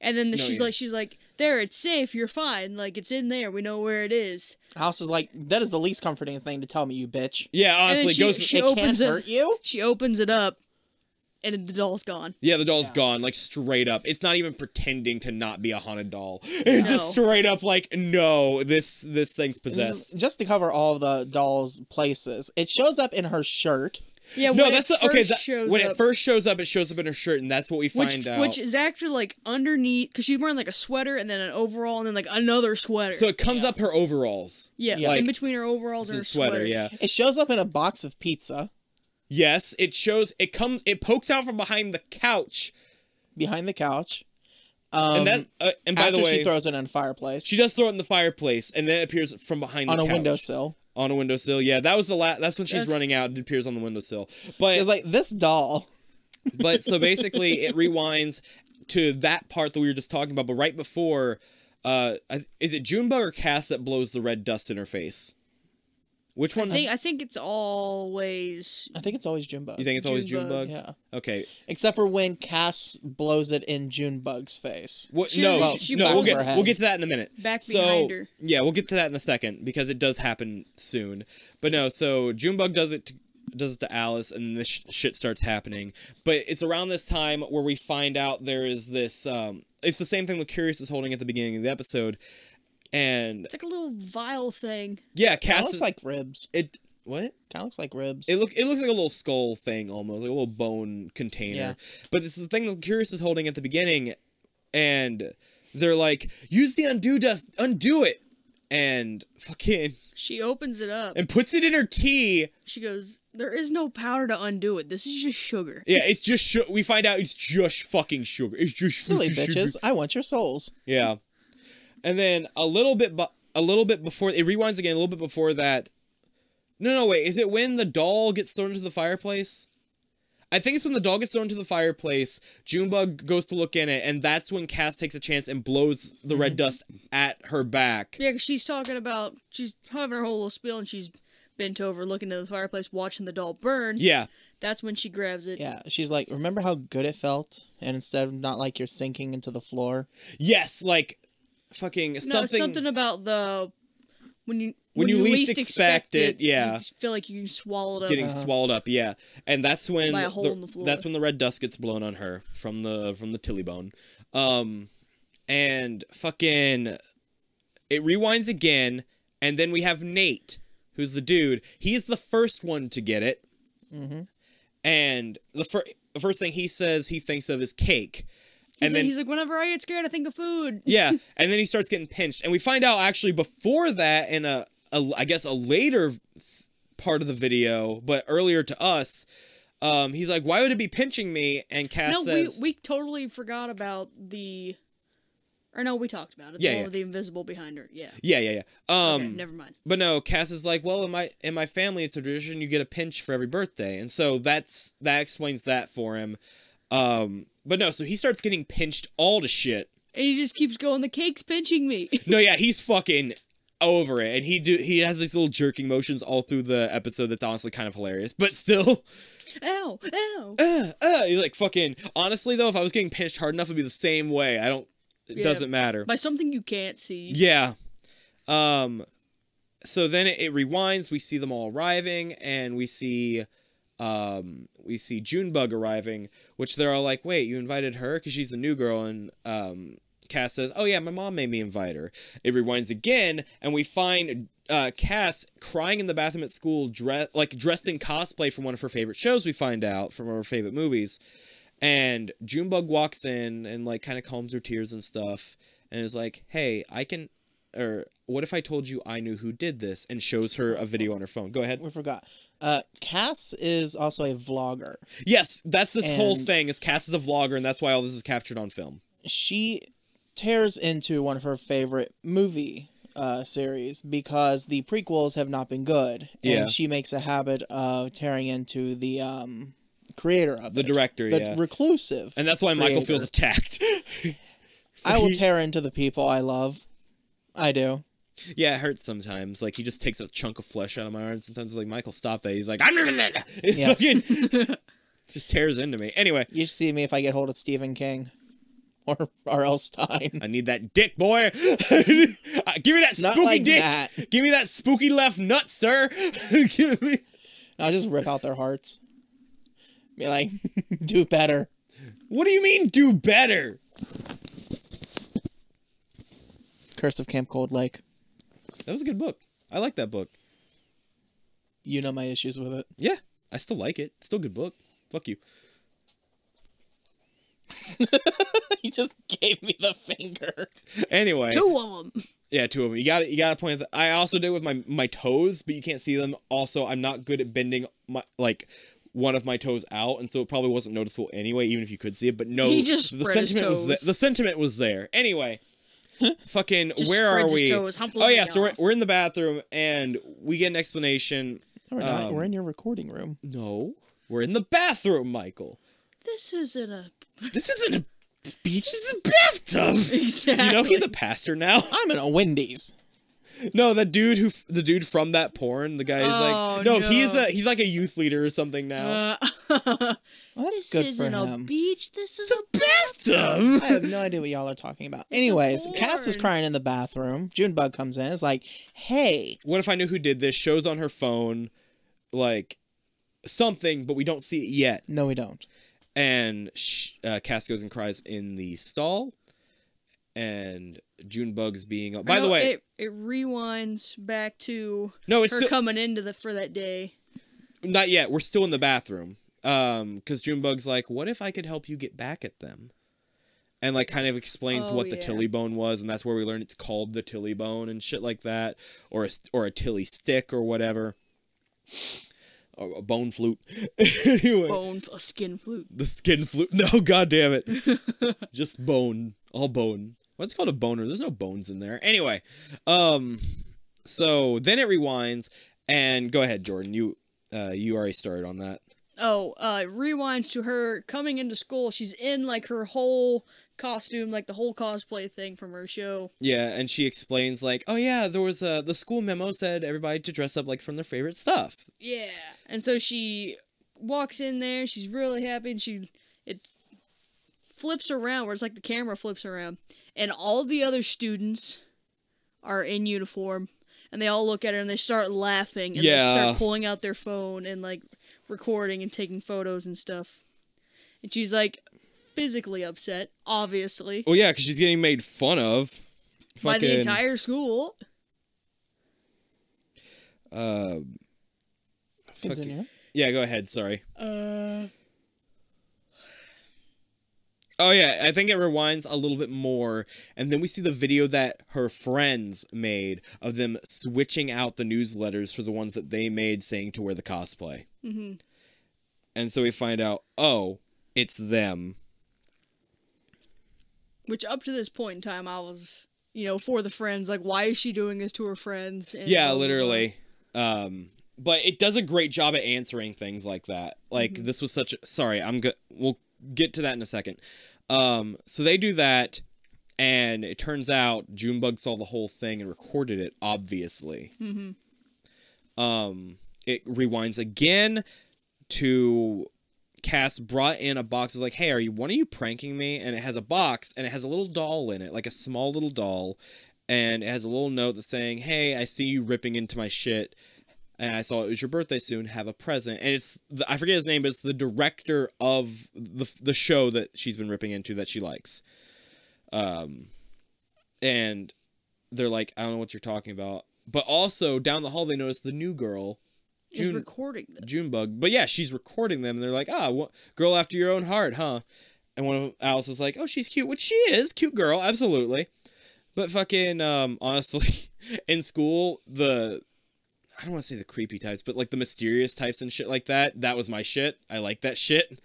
S3: And then the,
S2: No,
S3: she's
S2: yeah.
S3: like, she's like, there, it's safe, you're fine, like it's in there, we know where it is.
S4: Alice is like, that is the least comforting thing to tell me, you bitch.
S2: Yeah,
S3: then
S2: honestly,
S3: she-
S2: goes.
S3: she-
S4: it can't
S3: opens it.
S4: hurt you.
S3: She opens it up, and the doll's gone.
S2: yeah, the doll's gone, like straight up. It's not even pretending to not be a haunted doll. It's just
S3: No.
S2: straight up like, no, this this thing's
S4: Just,
S2: possessed.
S4: just to cover all the doll's places, it shows up in her shirt.
S3: Yeah,
S2: no,
S3: when
S2: that's
S3: it
S2: the, okay.
S3: first
S2: that-
S3: shows
S2: when
S3: up,
S2: it first shows up, it shows up in her shirt, and that's what we
S3: which
S2: find out.
S3: which is actually like underneath, because she's wearing like a sweater and then an overall and then like another sweater.
S2: so it comes up her overalls.
S3: yeah,
S4: yeah.
S2: like-
S3: in between her
S2: It's
S3: overalls and
S2: a
S3: her
S2: sweater, yeah.
S4: It shows up in a box of pizza
S2: Yes, it shows. It comes. It pokes out from behind the couch,
S4: behind the couch. Um,
S2: and that. Uh, and by
S4: after
S2: the way,
S4: she throws it in a fireplace
S2: She does throw it in the fireplace, and then it appears from behind
S4: on
S2: the
S4: a
S2: couch.
S4: windowsill.
S2: On a windowsill. Yeah, that was the last. That's when she's
S3: That's-
S2: running out. It appears on the windowsill. But
S4: It's like this doll.
S2: but so basically, it rewinds to that part that we were just talking about. But right before, uh, I- is it Junebug or Cass that blows the red dust in her face? Which
S3: I
S2: one?
S3: think I think it's always
S4: I think it's always Junebug.
S2: you think it's always
S3: Junebug.
S2: Junebug?
S4: Yeah.
S2: Okay.
S4: Except for when Cass blows it in Junebug's face.
S2: What,
S3: She
S2: no,
S3: doesn't-
S2: she-
S3: she
S2: no. We'll
S4: blows
S2: get
S4: her head.
S2: we'll get to that in a minute.
S3: Back
S2: so,
S3: behind her.
S2: Yeah, we'll get to that in a second because it does happen soon. But no, so Junebug does it to, does it to Alice, and this sh- shit starts happening. But it's around this time where we find out there is this. Um, it's the same thing that Curious is holding at the beginning of the episode, and
S3: it's like a little vial thing.
S2: yeah,
S4: Kind
S2: Cass
S4: of looks
S2: is-
S4: like ribs.
S2: it. What?
S4: Kind of looks like ribs.
S2: It look it looks like a little skull thing almost, like a little bone container.
S4: Yeah.
S2: But this is the thing that Curious is holding at the beginning, and they're like, use the undo dust, undo it, and fucking
S3: She opens it up.
S2: and puts it in her tea.
S3: She goes, "There is no powder to undo it. This is just sugar."
S2: Yeah, it's just su- we find out it's just fucking sugar. It's just
S4: Silly
S2: sugar,
S4: bitches. I want your souls.
S2: Yeah. And then a little bit bu- a little bit before it rewinds again a little bit before that. No, no, wait. Is it when the doll gets thrown into the fireplace? I think it's when the doll gets thrown into the fireplace, Junebug goes to look in it, and that's when Cass takes a chance and blows the red dust at her back.
S3: Yeah, 'cause she's talking about she's having her whole little spiel, and she's bent over, looking to the fireplace, watching the doll burn.
S2: Yeah.
S3: That's when she grabs it.
S4: Yeah. She's like, remember how good it felt? And instead of not like you're sinking into the floor.
S2: Yes, like fucking
S3: No,
S2: something,
S3: something, about the when you
S2: When you least expect it, yeah.
S3: you feel like you can swallow up.
S2: getting swallowed up, yeah. And that's when
S3: By a hole
S2: the-
S3: in the floor.
S2: that's when the red dust gets blown on her from the from the tilly bone. Um and fucking it rewinds again and then we have Nate, who's the dude. He's the first one to get it.
S3: Mm-hmm.
S2: And the, fir- the first thing he says he thinks of is cake.
S3: he's,
S2: and
S3: like,
S2: then
S3: he's like, whenever I get scared, I think of food.
S2: yeah, and then he starts getting pinched, and we find out actually before that in a, a I guess a later th- part of the video, but earlier to us, um, he's like, "Why would it be pinching me?" And Cass
S3: no,
S2: says,
S3: we we totally forgot about the, or no, we talked about it.
S2: Yeah,
S3: the one
S2: yeah.
S3: with the invisible behind her. Yeah.
S2: "Yeah, yeah, yeah." Um,
S3: Okay, never mind.
S2: but no, Cass is like, "Well, in my in my family, it's a tradition. You get a pinch for every birthday," and so that's that explains that for him. Um, but no, so he starts getting pinched all to shit.
S3: And he just keeps going. The cake's pinching me.
S2: No, yeah, he's fucking over it, and he do he has these little jerking motions all through the episode. That's honestly kind of hilarious, but still,
S3: ow, ow.
S2: uh, uh, he's like fucking. Honestly, though, if I was getting pinched hard enough, it'd be the same way. I don't. It
S3: Yeah.
S2: doesn't matter.
S3: By something you can't see.
S2: Yeah. Um. So then it, it rewinds. We see them all arriving, and we see, um, we see Junebug arriving, which they're all like, "Wait, you invited her? Because she's the new girl." And um, Cass says, "Oh yeah, my mom made me invite her." It rewinds again, and we find uh, Cass crying in the bathroom at school, dress like dressed in cosplay from one of her favorite shows. We find out from one of her favorite movies, and Junebug walks in and like kind of calms her tears and stuff, and is like, "Hey, I can." Or what if I told you I knew who did this and shows her a video on her phone? Go ahead.
S4: We forgot. Uh, Cass is also a vlogger.
S2: Yes, that's this whole
S4: And-
S2: thing. Is Cass is a vlogger, and that's why all this is captured on film.
S4: She tears into one of her favorite movie uh, series because the prequels have not been good, and
S2: Yeah.
S4: she makes a habit of tearing into the um, creator of
S2: The
S4: it,
S2: director,
S4: the
S2: yeah.
S4: reclusive,
S2: and that's why Michael feels
S4: creator.
S2: attacked.
S4: I will tear into the people I love. I do.
S2: yeah, it hurts sometimes. Like he just takes a chunk of flesh out of my arm. Sometimes like Michael, stop that. He's like, I'm not that. It
S4: Yeah.
S2: fucking just tears into me. Anyway,
S4: You should see me if I get hold of Stephen King, or R.L. Stein.
S2: I need that dick, boy. Uh, Give me that
S4: Not
S2: spooky
S4: like
S2: dick.
S4: that.
S2: Give me that spooky left nut, sir. Give me.
S4: I'll just rip out their hearts. Be like, do better.
S2: What do you mean, do better?
S4: Curse of Camp Cold Lake.
S2: That was a good book. I like that book.
S4: You know my issues with it.
S2: Yeah, I still like it. Still a good book. Fuck you.
S4: he just gave me the finger.
S2: Anyway,
S3: Two of them.
S2: yeah, two of them. You got to You got to point. At the, I also did with my my toes, but you can't see them. Also, I'm not good at bending my like one of my toes out, and so it probably wasn't noticeable anyway, even if you could see it. But no,
S3: He just
S2: the
S3: spread his
S2: sentiment was
S3: toes.
S2: the, the sentiment was there. Anyway, fucking
S3: Just
S2: where are
S3: spreads his
S2: we?
S3: toes, humples
S2: oh
S3: his
S2: yeah, so we're,
S3: off.
S2: we're in the bathroom and we get an explanation.
S4: we're not. we're in your recording room.
S2: No, we're in the bathroom, Michael.
S3: This isn't a
S2: This isn't a beach. This is a bathtub.
S3: exactly.
S2: You know he's a pastor now.
S4: I'm in a Wendy's.
S2: No, that dude who the dude from that porn, the guy who's
S3: Oh,
S2: like no,
S3: no.
S2: he's a he's like a youth leader or something now.
S3: Uh,
S4: Well, that's
S3: this
S4: good for
S3: isn't a
S4: him.
S3: beach. This is a
S4: I
S2: bathtub.
S4: have no idea what y'all are talking about. Anyways, Cass is
S3: porn.
S4: crying in the bathroom. Junebug comes in. It's like, hey,
S2: What if I knew who did this? Shows on her phone, like something, but we don't see it yet.
S4: no, we don't.
S2: And sh- uh, Cass goes and cries in the stall, and Junebug's being. By
S3: No,
S2: the way,
S3: it, it rewinds back to
S2: no,
S3: her
S2: it's still,
S3: coming into the for that day.
S2: not yet. We're still in the bathroom. Um, because Junebug's like, what if I could help you get back at them? And like, kind of explains
S3: Oh,
S2: what the
S3: yeah.
S2: Tilly bone was, and that's where we learned it's called the Tilly bone and shit like that, or a st- or a Tilly stick or whatever, or a bone flute. anyway,
S3: Bone, a skin flute.
S2: the skin flute. No, god damn it, just bone, all bone. What's it called a boner? There's no bones in there. Anyway, um, so then it rewinds, and go ahead, Jordan. You, uh, you already started on that.
S3: Oh, uh, it rewinds to her coming into school. She's in like her whole costume, like the whole cosplay thing from her show.
S2: Yeah, and she explains like, "Oh yeah, there was a the school memo said everybody to dress up like from their favorite stuff."
S3: Yeah. And so she walks in there. She's really happy, and she it flips around where it's like the camera flips around, and all of the other students are in uniform, and they all look at her and they start laughing and they
S2: Yeah.
S3: start pulling out their phone and like recording and taking photos and stuff. And she's like physically upset, obviously.
S2: Well, Oh, yeah, because she's getting made fun of.
S3: by the
S2: Fucking,
S3: entire school.
S2: Uh,
S4: Continue.
S2: fucking, yeah, go ahead. Sorry.
S3: Uh,
S2: Oh yeah, I think it rewinds a little bit more, and then we see the video that her friends made of them switching out the newsletters for the ones that they made, saying to wear the cosplay. Mm-hmm. And so we find out, oh, it's them.
S3: which up to this point in time, I was, you know, for the friends. Like, why is she doing this to her friends? And
S2: Yeah,
S3: blah, blah,
S2: literally. Um, but it does a great job at answering things like that. Like this was such. A, sorry, I'm good. We'll get to that in a second. Um, so they do that, and it turns out Junebug saw the whole thing and recorded it. Obviously. Mm-hmm. Um, it rewinds again to Cass brought in a box. Is like, hey, are you one of you pranking me? And it has a box, and it has a little doll in it, like a small little doll, and it has a little note that's saying, hey, I see you ripping into my shit, and I saw it was your birthday soon. Have a present. And it's the, I forget his name, but it's the director of the the show that she's been ripping into that she likes. Um, and they're like, I don't know what you're talking about. But also down the hall, they notice the new girl
S3: Is
S2: June-
S3: recording them.
S2: Junebug. But yeah, she's recording them, and they're like, ah, wha- girl after your own heart, huh? And one of Alice is like, oh, she's cute, which she is, cute girl, absolutely. But fucking, um, honestly, in school, the I don't want to say the creepy types, but like the mysterious types and shit like that. That was my shit. I like that shit.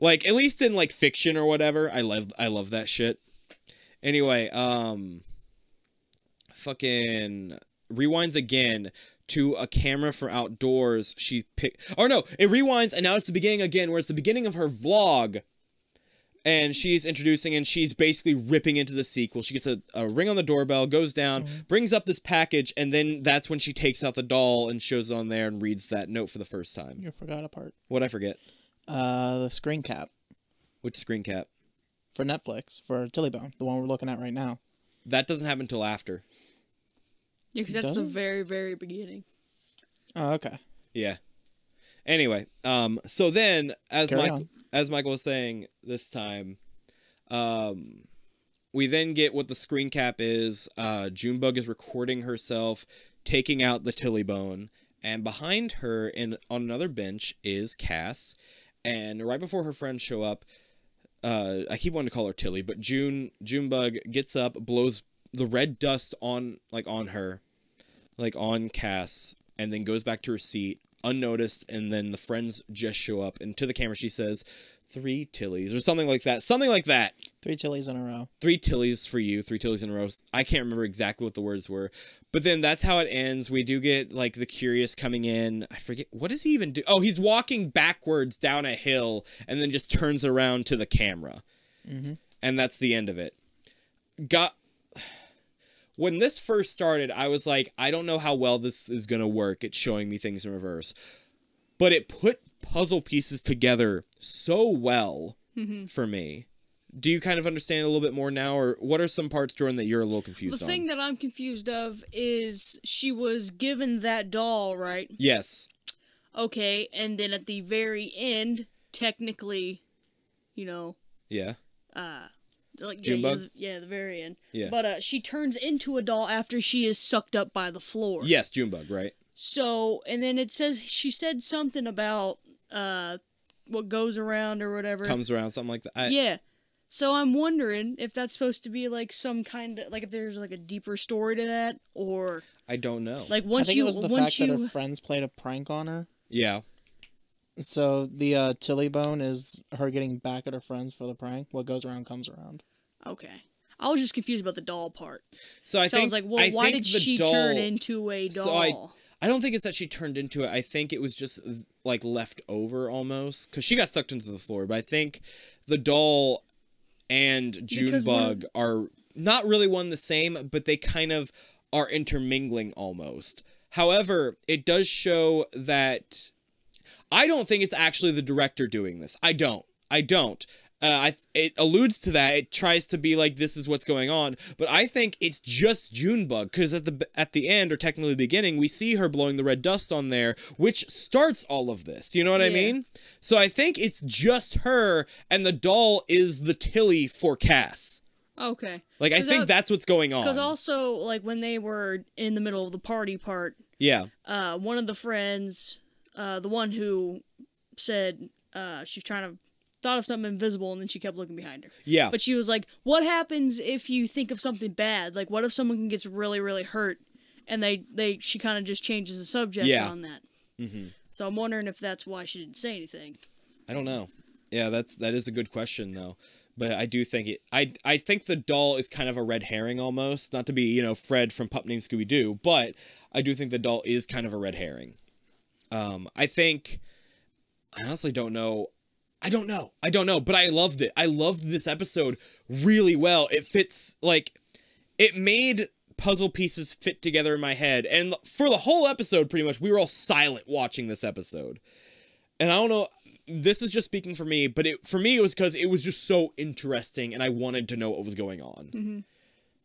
S2: Like at least in like fiction or whatever, I love I love that shit. Anyway, um, fucking rewinds again to a camera for outdoors. She pick. Oh no, it rewinds and now it's the beginning again, where it's the beginning of her vlog. And she's introducing and she's basically ripping into the sequel. She gets a, a ring on the doorbell, goes down, brings up this package, and then that's when she takes out the doll and shows it on there and reads that note for the first time.
S4: You forgot a part.
S2: What I forget.
S4: Uh, the screen cap
S2: Which screen cap?
S4: for Netflix for Tillybone, the one we're looking at right now.
S2: That doesn't happen until after.
S3: Yeah, because that's the
S4: Doesn't-
S3: very, very beginning.
S4: Oh, okay.
S2: Yeah. Anyway, um, so then as
S4: Carry
S2: Michael
S4: on.
S2: as Michael was saying this time, um, we then get what the screen cap is. Uh, Junebug is recording herself taking out the Tilly bone, and behind her in on another bench is Cass. And right before her friends show up, uh, I keep wanting to call her Tilly, but June Junebug gets up, blows the red dust on like on her, like on Cass, and then goes back to her seat unnoticed. And then the friends just show up, and to the camera she says, three Tillies or something like that, something like that.
S4: Three Tillies in a row.
S2: Three Tillies for you, three Tillies in a row. I can't remember exactly what the words were, but then that's how it ends. We do get like the curious coming in. I forget what does he even do. Oh, he's walking backwards down a hill and then just turns around to the camera and that's the end of it. Got when this first started, I was like, I don't know how well this is gonna work. It's showing me things in reverse, but it put puzzle pieces together so well
S3: Mm-hmm.
S2: for me. Do you kind of understand a little bit more now, or what are some parts, Jordan, that you're a little
S3: The
S2: confused on?
S3: thing that I'm confused of is she was given that doll, right?
S2: yes,
S3: Okay, and then at the very end, technically, you know,
S2: yeah,
S3: like
S2: Junebug?
S3: Yeah, the, yeah, the very end.
S2: Yeah.
S3: But uh, she turns into a doll after she is sucked up by the floor.
S2: yes, Junebug, right?
S3: So, and then it says she said something about uh, what goes around or whatever.
S2: Comes around something like that. I,
S3: yeah. So I'm wondering if that's supposed to be like some kind of like if there's like a deeper story to that or
S2: I don't know.
S3: like
S4: I
S3: once
S4: think
S3: you
S4: it was the
S3: once
S4: fact
S3: you
S4: that her friends played a prank on her.
S2: yeah,
S4: So the uh, Tilly bone is her getting back at her friends for the prank. What goes around comes around.
S3: okay. I was just confused about the doll part.
S2: so I
S3: so
S2: think
S3: I was like, well,
S2: I
S3: why
S2: think
S3: did
S2: the
S3: she
S2: doll,
S3: turn into a doll?
S2: So I- I don't think it's that she turned into it. I think it was just like left over almost because she got sucked into the floor. But I think the doll and
S3: Because one of-
S2: Junebug are not really one the same, but they kind of are intermingling almost. However, it does show that I don't think it's actually the director doing this. I don't. I don't. Uh, I it alludes to that. It tries to be like this is what's going on, but I think it's just Junebug because at the at the end or technically the beginning, we see her blowing the red dust on there, which starts all of this. You know what I
S3: Yeah.
S2: mean? So I think it's just her, and the doll is the Tilly for Cass.
S3: okay.
S2: Like I
S3: 'Cause
S2: think
S3: that-
S2: that's what's going on.
S3: Because also, like when they were in the middle of the party part,
S2: yeah,
S3: uh, one of the friends, uh, the one who said uh, she's trying to thought of something invisible and then she kept looking behind her.
S2: yeah,
S3: But she was like, "What happens if you think of something bad? Like, what if someone gets really, really hurt?" And they, they, she kind of just changes the subject
S2: Yeah.
S3: on that. Mm-hmm. So I'm wondering if that's why she didn't say anything.
S2: I don't know. Yeah, that's that is a good question though. But I do think it. I I think the doll is kind of a red herring almost. Not to be you know Fred from Pup Named Scooby Doo, but I do think the doll is kind of a red herring. Um, I think I honestly don't know. I don't know. I don't know. But I loved it. I loved this episode really well. It fits like it made puzzle pieces fit together in my head. And for the whole episode, pretty much, we were all silent watching this episode and I don't know. This is just speaking for me, but it for me it was because it was just so interesting, and I wanted to know what was going on.
S3: Mm-hmm.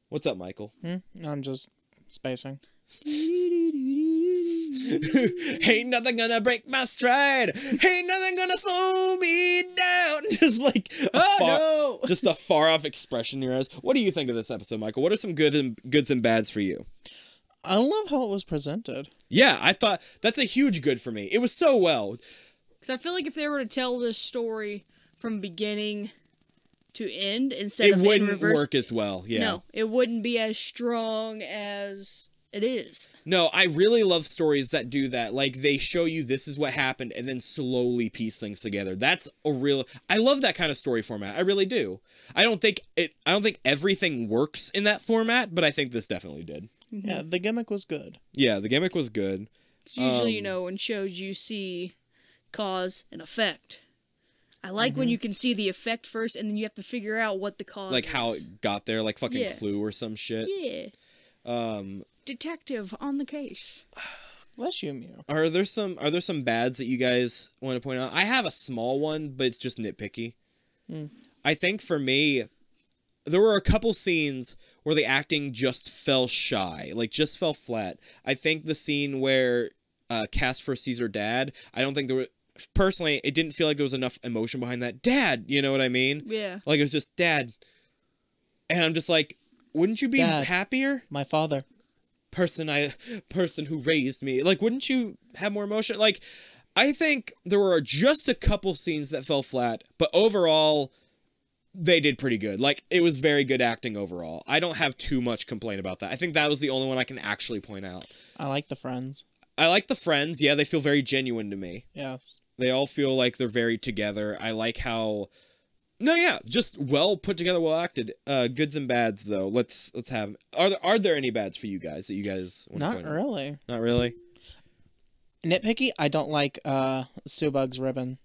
S2: What's up, Michael?
S4: I'm just spacing.
S2: Ain't nothing gonna break my stride. Ain't nothing gonna slow me down. Just like a
S3: Oh,
S2: far,
S3: no!
S2: just a far off expression in your eyes. What do you think of this episode, Michael? What are some good and goods and bads for you?
S4: I love how it was presented.
S2: Yeah, I thought that's a huge good for me. It was so well.
S3: Because I feel like if they were to tell this story from beginning to end instead
S2: It
S3: of in
S2: wouldn't
S3: reverse,
S2: work as well. Yeah.
S3: no, it wouldn't be as strong as It is.
S2: No, I really love stories that do that. Like they show you this is what happened and then slowly piece things together. That's a real I love that kind of story format. I really do. I don't think it I don't think everything works in that format, but I think this definitely did.
S4: Yeah, the gimmick was good.
S2: Yeah, the gimmick was good.
S3: 'Cause Usually, you
S2: Um,
S3: know, in shows you see cause and effect. I like when you can see the effect first, and then you have to figure out what the cause.
S2: mm-hmm. Like how
S3: is.
S2: it got there, like fucking
S3: Yeah.
S2: clue or some shit.
S3: Yeah,
S2: Um
S3: detective on the case.
S4: Bless you, Mew.
S2: are there some are there some bads that you guys want to point out? I have a small one, but it's just nitpicky. I think for me, there were a couple scenes where the acting just fell shy, like just fell flat. I think the scene where uh, cast for Caesar dad, I don't think there were personally. It didn't feel like there was enough emotion behind that dad. You know what I mean?
S3: Yeah.
S2: Like it was just dad, and I'm just like, wouldn't you be
S4: Dad.
S2: happier?
S4: My father.
S2: person I person who raised me. Like, wouldn't you have more emotion? Like, I think there were just a couple scenes that fell flat, but overall, they did pretty good. Like, it was very good acting overall. I don't have too much complaint about that. I think that was the only one I can actually point out.
S4: I like the friends.
S2: I like the friends. Yeah, they feel very genuine to me.
S4: Yeah.
S2: They all feel like they're very together. I like how. No, yeah, just well put together, well acted. Uh, goods and bads, though. Let's let's have. Are there are there any bads for you guys that you guys want to
S4: Not
S2: point out?
S4: really.
S2: Not really.
S4: Nitpicky, I don't like uh Subug's ribbon.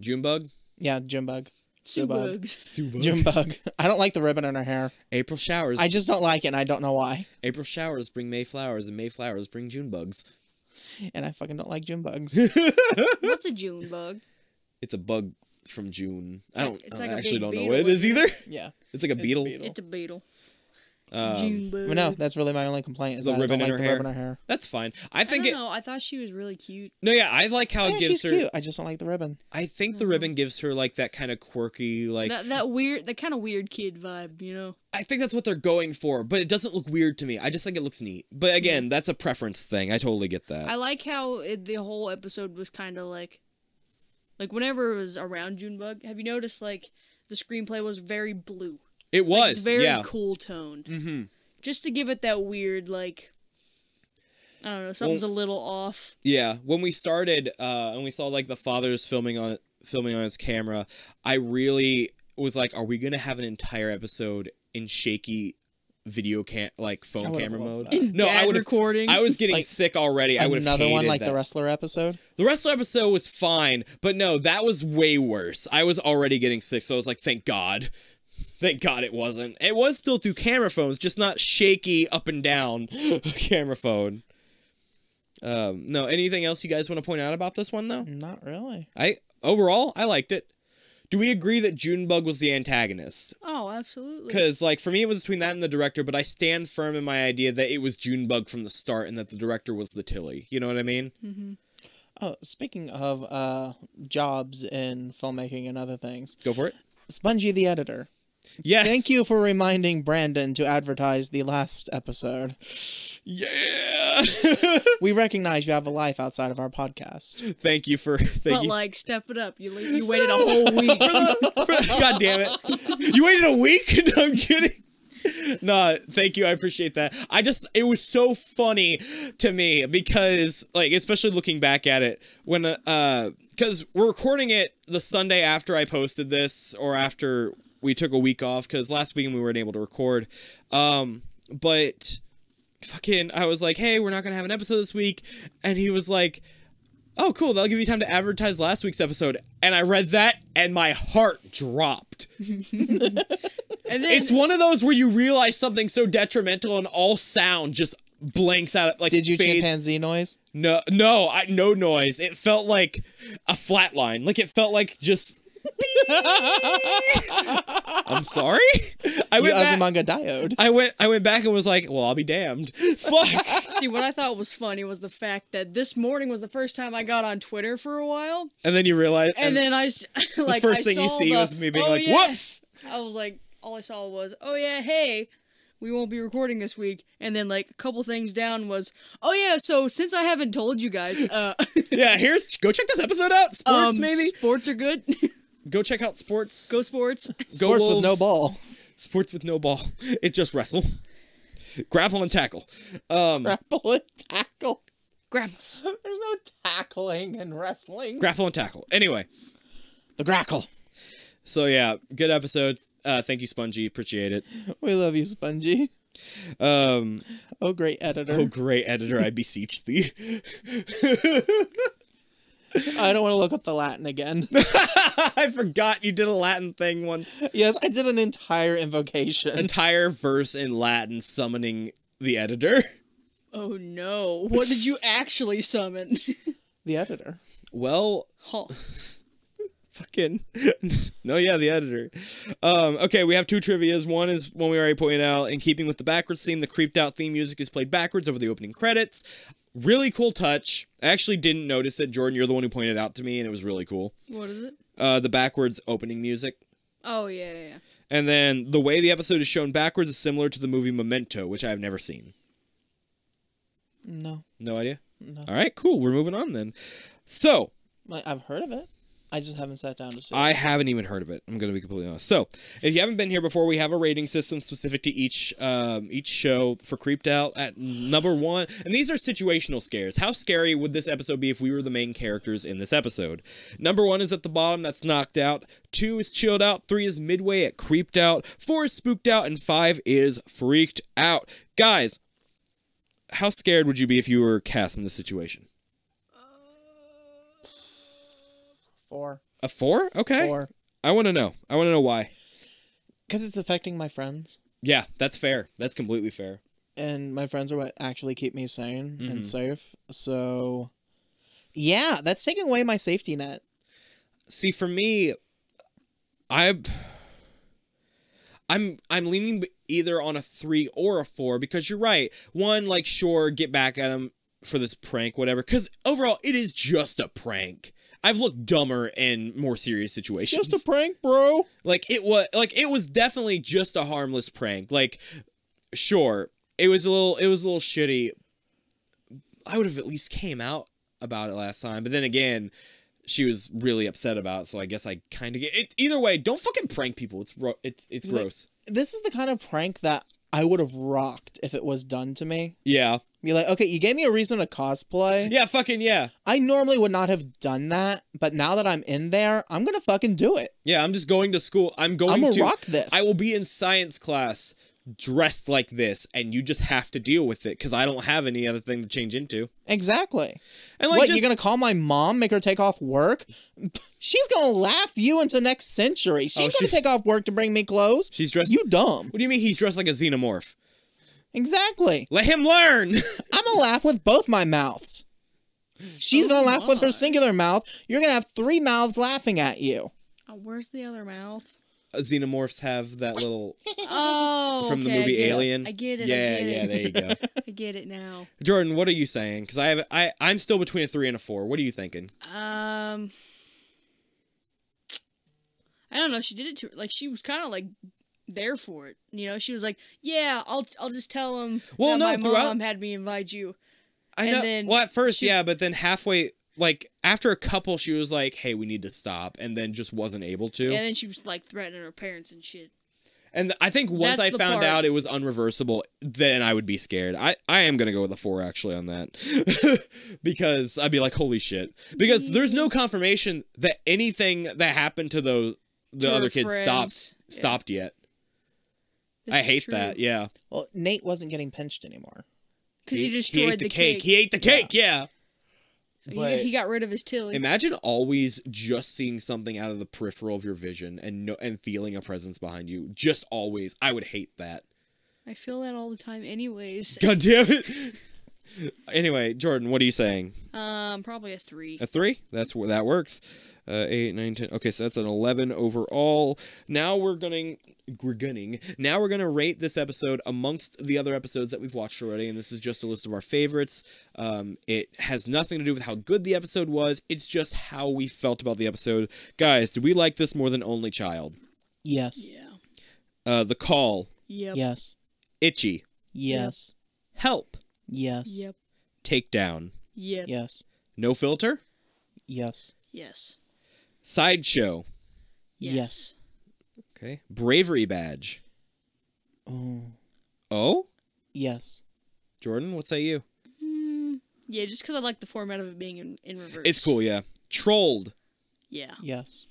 S2: Junebug?
S4: Yeah, Jimbug.
S3: Two
S4: bad.
S3: bugs.
S2: Subug.
S4: Jimbug. I don't like the ribbon in her hair.
S2: April showers.
S4: I just don't like it and I don't know why.
S2: April showers bring May flowers, and May flowers bring June bugs.
S4: And I fucking don't like Jimbugs.
S3: What's a June bug?
S2: It's a bug from June. I don't.
S3: It's
S2: I
S3: like a
S2: actually
S3: big
S2: don't know
S3: beetle,
S2: what it is
S3: isn't
S2: either.
S4: yeah.
S2: It's like a
S4: a
S2: beetle.
S4: beetle.
S3: It's a beetle.
S2: Um,
S3: June bug.
S4: But no, that's really my only complaint is
S2: The
S4: that I
S2: ribbon
S4: don't
S2: in
S4: like
S2: her
S4: the
S2: hair.
S4: ribbon in her hair.
S2: That's fine. I
S3: I
S2: think
S3: don't
S2: it.
S3: know. I thought she was really cute.
S2: No, yeah, I like how
S4: yeah,
S2: it gives
S4: she's
S2: her.
S4: cute. I just don't like the ribbon.
S2: I think the ribbon gives her like that kind of quirky, like
S3: Uh-huh. that that weird, that kind of weird kid vibe, you know.
S2: I think that's what they're going for, but it doesn't look weird to me. I just think it looks neat. But again, that's a preference thing. I totally get that.
S3: I like how it, the whole episode was kind of like, like whenever it was around Junebug. Have you noticed like the screenplay was very blue?
S2: it
S3: Like,
S2: was
S3: it's very
S2: yeah.
S3: cool toned,
S2: Mm-hmm.
S3: just to give it that weird like, I don't know, something's a little off.
S2: Yeah, when we started uh, and we saw like the father's filming on filming on his camera, I really was like, "Are we gonna have an entire episode in shaky video cam like
S4: I
S2: phone
S4: would've
S2: camera mode?"
S4: loved that.
S2: No,
S3: Dad
S2: I would.
S3: recording.
S2: I was getting
S4: Like,
S2: sick already. I would have
S4: Another
S2: hated
S4: one like
S2: that.
S4: the wrestler episode.
S2: The wrestler episode was fine, but no, that was way worse. I was already getting sick, so I was like, "Thank God." Thank God it wasn't. It was still through camera phones, just not shaky up and down camera phone. Um, no, anything else you guys want to point out about this one though?
S4: Not really.
S2: I overall I liked it. Do we agree that Junebug was the antagonist?
S3: Oh, absolutely.
S2: Because like for me it was between that and the director, but I stand firm in my idea that it was Junebug from the start and that the director was the Tilly. You know what I mean?
S4: Oh, speaking of uh jobs in filmmaking and other things,
S2: Go for it.
S4: Spongy the editor.
S2: Yes.
S4: Thank you for reminding Brandon to advertise the last episode.
S2: Yeah.
S4: We recognize you have a life outside of our podcast.
S2: thank you for thank
S3: But
S2: you.
S3: like, step it up. You you waited a whole week.
S2: God damn it. You waited a week? No, I'm kidding. No, thank you. I appreciate that. I just, it was so funny to me because, like, especially looking back at it when, uh, because we're recording it the Sunday after I posted this or after we took a week off because last weekend we weren't able to record. Um, but fucking, I was like, hey, we're not going to have an episode this week. And he was like, oh cool that'll give you time to advertise last week's episode and i read that and my heart dropped
S3: And then
S2: it's one of those where you realize something so detrimental and all sound just blanks out like
S4: Did you
S2: fades.
S4: chimpanzee noise?
S2: no no I, no noise it felt like a flat line like it felt like just i'm sorry i
S4: You
S2: went back,
S4: Azumanga diode.
S2: i went i went back and was like well i'll be damned fuck
S3: see what I thought was funny was the fact that this morning was the first time I got on Twitter for a while.
S2: and then you realize
S3: and, then I s- like
S2: first
S3: I
S2: thing you
S3: saw
S2: see
S3: the,
S2: was me being
S3: "Oh,
S2: like,
S3: yeah."
S2: "Whoops."
S3: I was like, all I saw was, "Oh yeah, hey, we won't be recording this week." And then like a couple things down was, "Oh yeah, so since I haven't told you guys, uh,
S2: yeah here's go check this episode out sports
S3: um,
S2: maybe
S3: sports are good.
S2: go check out sports
S3: Go sports."
S2: Go
S4: Sports with no
S2: Wolves.
S4: ball.
S2: Sports with no ball. It just wrestle. grapple and tackle. Um,
S4: Grapple and tackle.
S3: Grandmas.
S4: There's no tackling in wrestling.
S2: grapple and tackle. Anyway,
S4: the grackle.
S2: so yeah, good episode. Uh, thank you, Spongy. Appreciate it.
S4: We love you, Spongy.
S2: Um,
S4: Oh, great editor.
S2: oh, great editor, I beseech thee.
S4: I don't want to look up the Latin again.
S2: I forgot you did a Latin thing once.
S4: yes, I did an entire invocation.
S2: Entire verse in Latin summoning the editor.
S3: Oh no. What did you actually summon?
S4: The editor.
S2: Well,
S3: Huh.
S2: fucking no yeah the editor um okay we have two trivias one is one we already pointed out in keeping with the backwards theme the creeped out theme music is played backwards over the opening credits really cool touch i actually didn't notice it jordan you're the one who pointed it out to me and it was really cool
S3: What is it?
S2: uh the backwards opening music
S3: Oh yeah, yeah, yeah.
S2: and then the way the episode is shown backwards is similar to the movie memento which i have never seen
S4: No,
S2: no idea
S4: no.
S2: all right cool we're moving on then so
S4: Like, I've heard of it. I just haven't sat down to see it.
S2: I haven't even heard of it. I'm gonna be completely honest. So, if you haven't been here before, we have a rating system specific to each um, each show for Creeped Out at number one, and these are situational scares. How scary would this episode be if we were the main characters in this episode? Number one is at the bottom. That's knocked out. Two is chilled out. Three is midway at creeped out. Four is spooked out, and five is freaked out. Guys, how scared would you be if you were cast in this situation?
S4: Four.
S2: A four? Okay.
S4: Four.
S2: I want to know. I want to know why.
S4: Because it's affecting my friends.
S2: Yeah, that's fair. That's completely fair.
S4: And my friends are what actually keep me sane and safe. So, yeah, that's taking away my safety net.
S2: See, for me, I I'm I'm leaning b- either on a 3 or a 4 because you're right. One like sure get back at him for this prank whatever cuz overall it is just a prank. I've looked dumber in more serious situations.
S4: Just a prank, bro.
S2: like it was like it was definitely just a harmless prank. Like sure, it was a little it was a little shitty. I would have at least came out about it last time, but then again, she was really upset about. It, so I guess I kind of get it. Either way, don't fucking prank people. It's ro- it's it's
S4: It's like-
S2: gross.
S4: This is the kind of prank that I would have rocked if it was done to me.
S2: yeah,
S4: Be like, okay, you gave me a reason to cosplay.
S2: yeah, fucking yeah,
S4: I normally would not have done that, but now that I'm in there, I'm gonna fucking do it.
S2: yeah. I'm just going to school. I'm going
S4: I'm gonna
S2: to
S4: rock this.
S2: I will be in science class dressed like this, and you just have to deal with it because I don't have any other thing to change into.
S4: exactly.
S2: And like,
S4: what
S2: just,
S4: you gonna call my mom? Make her take off work? She's gonna laugh you into next century. She's
S2: Oh,
S4: gonna
S2: she-
S4: take off work to bring me clothes.
S2: she's dressed.
S4: you dumb.
S2: What do you mean he's dressed like a xenomorph?
S4: Exactly.
S2: Let him learn.
S4: I'm gonna laugh with both my mouths. She's gonna
S3: Oh
S4: laugh with
S3: my.
S4: her singular mouth. You're gonna have three mouths laughing at you.
S3: Oh, where's the other mouth?
S2: Xenomorphs have that little
S3: Oh,
S2: from the
S3: okay, I
S2: movie
S3: get it.
S2: Alien.
S3: I get it. I
S2: Yeah,
S3: get
S2: yeah,
S3: it.
S2: there you go.
S3: I get it now.
S2: Jordan, what are you saying? Because I have I I'm still between a three and a four. What are you thinking?
S3: Um, I don't know. She did it to like she was kind of like there for it. You know, she was like, "Yeah, I'll I'll just tell him."
S2: Well,
S3: that
S2: no,
S3: my
S2: throughout-
S3: mom had me invite you.
S2: I
S3: And
S2: know.
S3: then
S2: well, at first,
S3: she-
S2: yeah, but then halfway, like after a couple, she was like, "Hey, we need to stop," and then just wasn't able to.
S3: And then she was like threatening her parents and shit.
S2: and I think once
S3: That's
S2: I
S3: the
S2: found
S3: part.
S2: out it was unreversible, then I would be scared. I I am gonna go with a four actually on that because I'd be like, "Holy shit!" Because there's no confirmation that anything that happened to those the
S3: To her
S2: other kids stopped
S3: friends. Yeah.
S2: stopped yet.
S3: This
S2: I
S3: is
S2: hate
S3: true.
S2: that. Yeah.
S4: Well, Nate wasn't getting pinched anymore.
S3: Because he, destroyed
S2: ate
S3: the, cake.
S2: He ate the cake. Yeah.
S3: So
S4: But-
S3: he, he got rid of his Tilly.
S2: Imagine always just seeing something out of the peripheral of your vision and no, and feeling a presence behind you. Just always. I would hate that.
S3: I feel that all the time, anyways.
S2: God damn it. anyway, Jordan, what are you saying?
S3: Um, probably a three.
S2: A three? That's where that works. Uh, eight, nine, ten. Okay, so that's an eleven overall. Now we're going, we're gunning. Now we're gonna rate this episode amongst the other episodes that we've watched already, and this is just a list of our favorites. Um, it has nothing to do with how good the episode was. It's just how we felt about the episode. Guys, did we like this more than Only Child?
S4: Yes.
S3: Yeah.
S2: Uh, the call,
S3: Yep.
S4: Yes.
S2: itchy,
S4: Yes.
S2: help,
S4: Yes.
S3: Yep.
S2: takedown,
S3: Yep.
S4: Yes.
S2: no filter,
S4: Yes.
S3: Yes.
S2: sideshow.
S3: Yes.
S4: Yes.
S2: Okay, bravery badge.
S4: Oh.
S2: Oh,
S4: Yes.
S2: Jordan, what say you?
S3: Yeah, just because I like the format of it being in, in reverse.
S2: It's cool, yeah. Trolled.
S3: Yeah.
S4: Yes.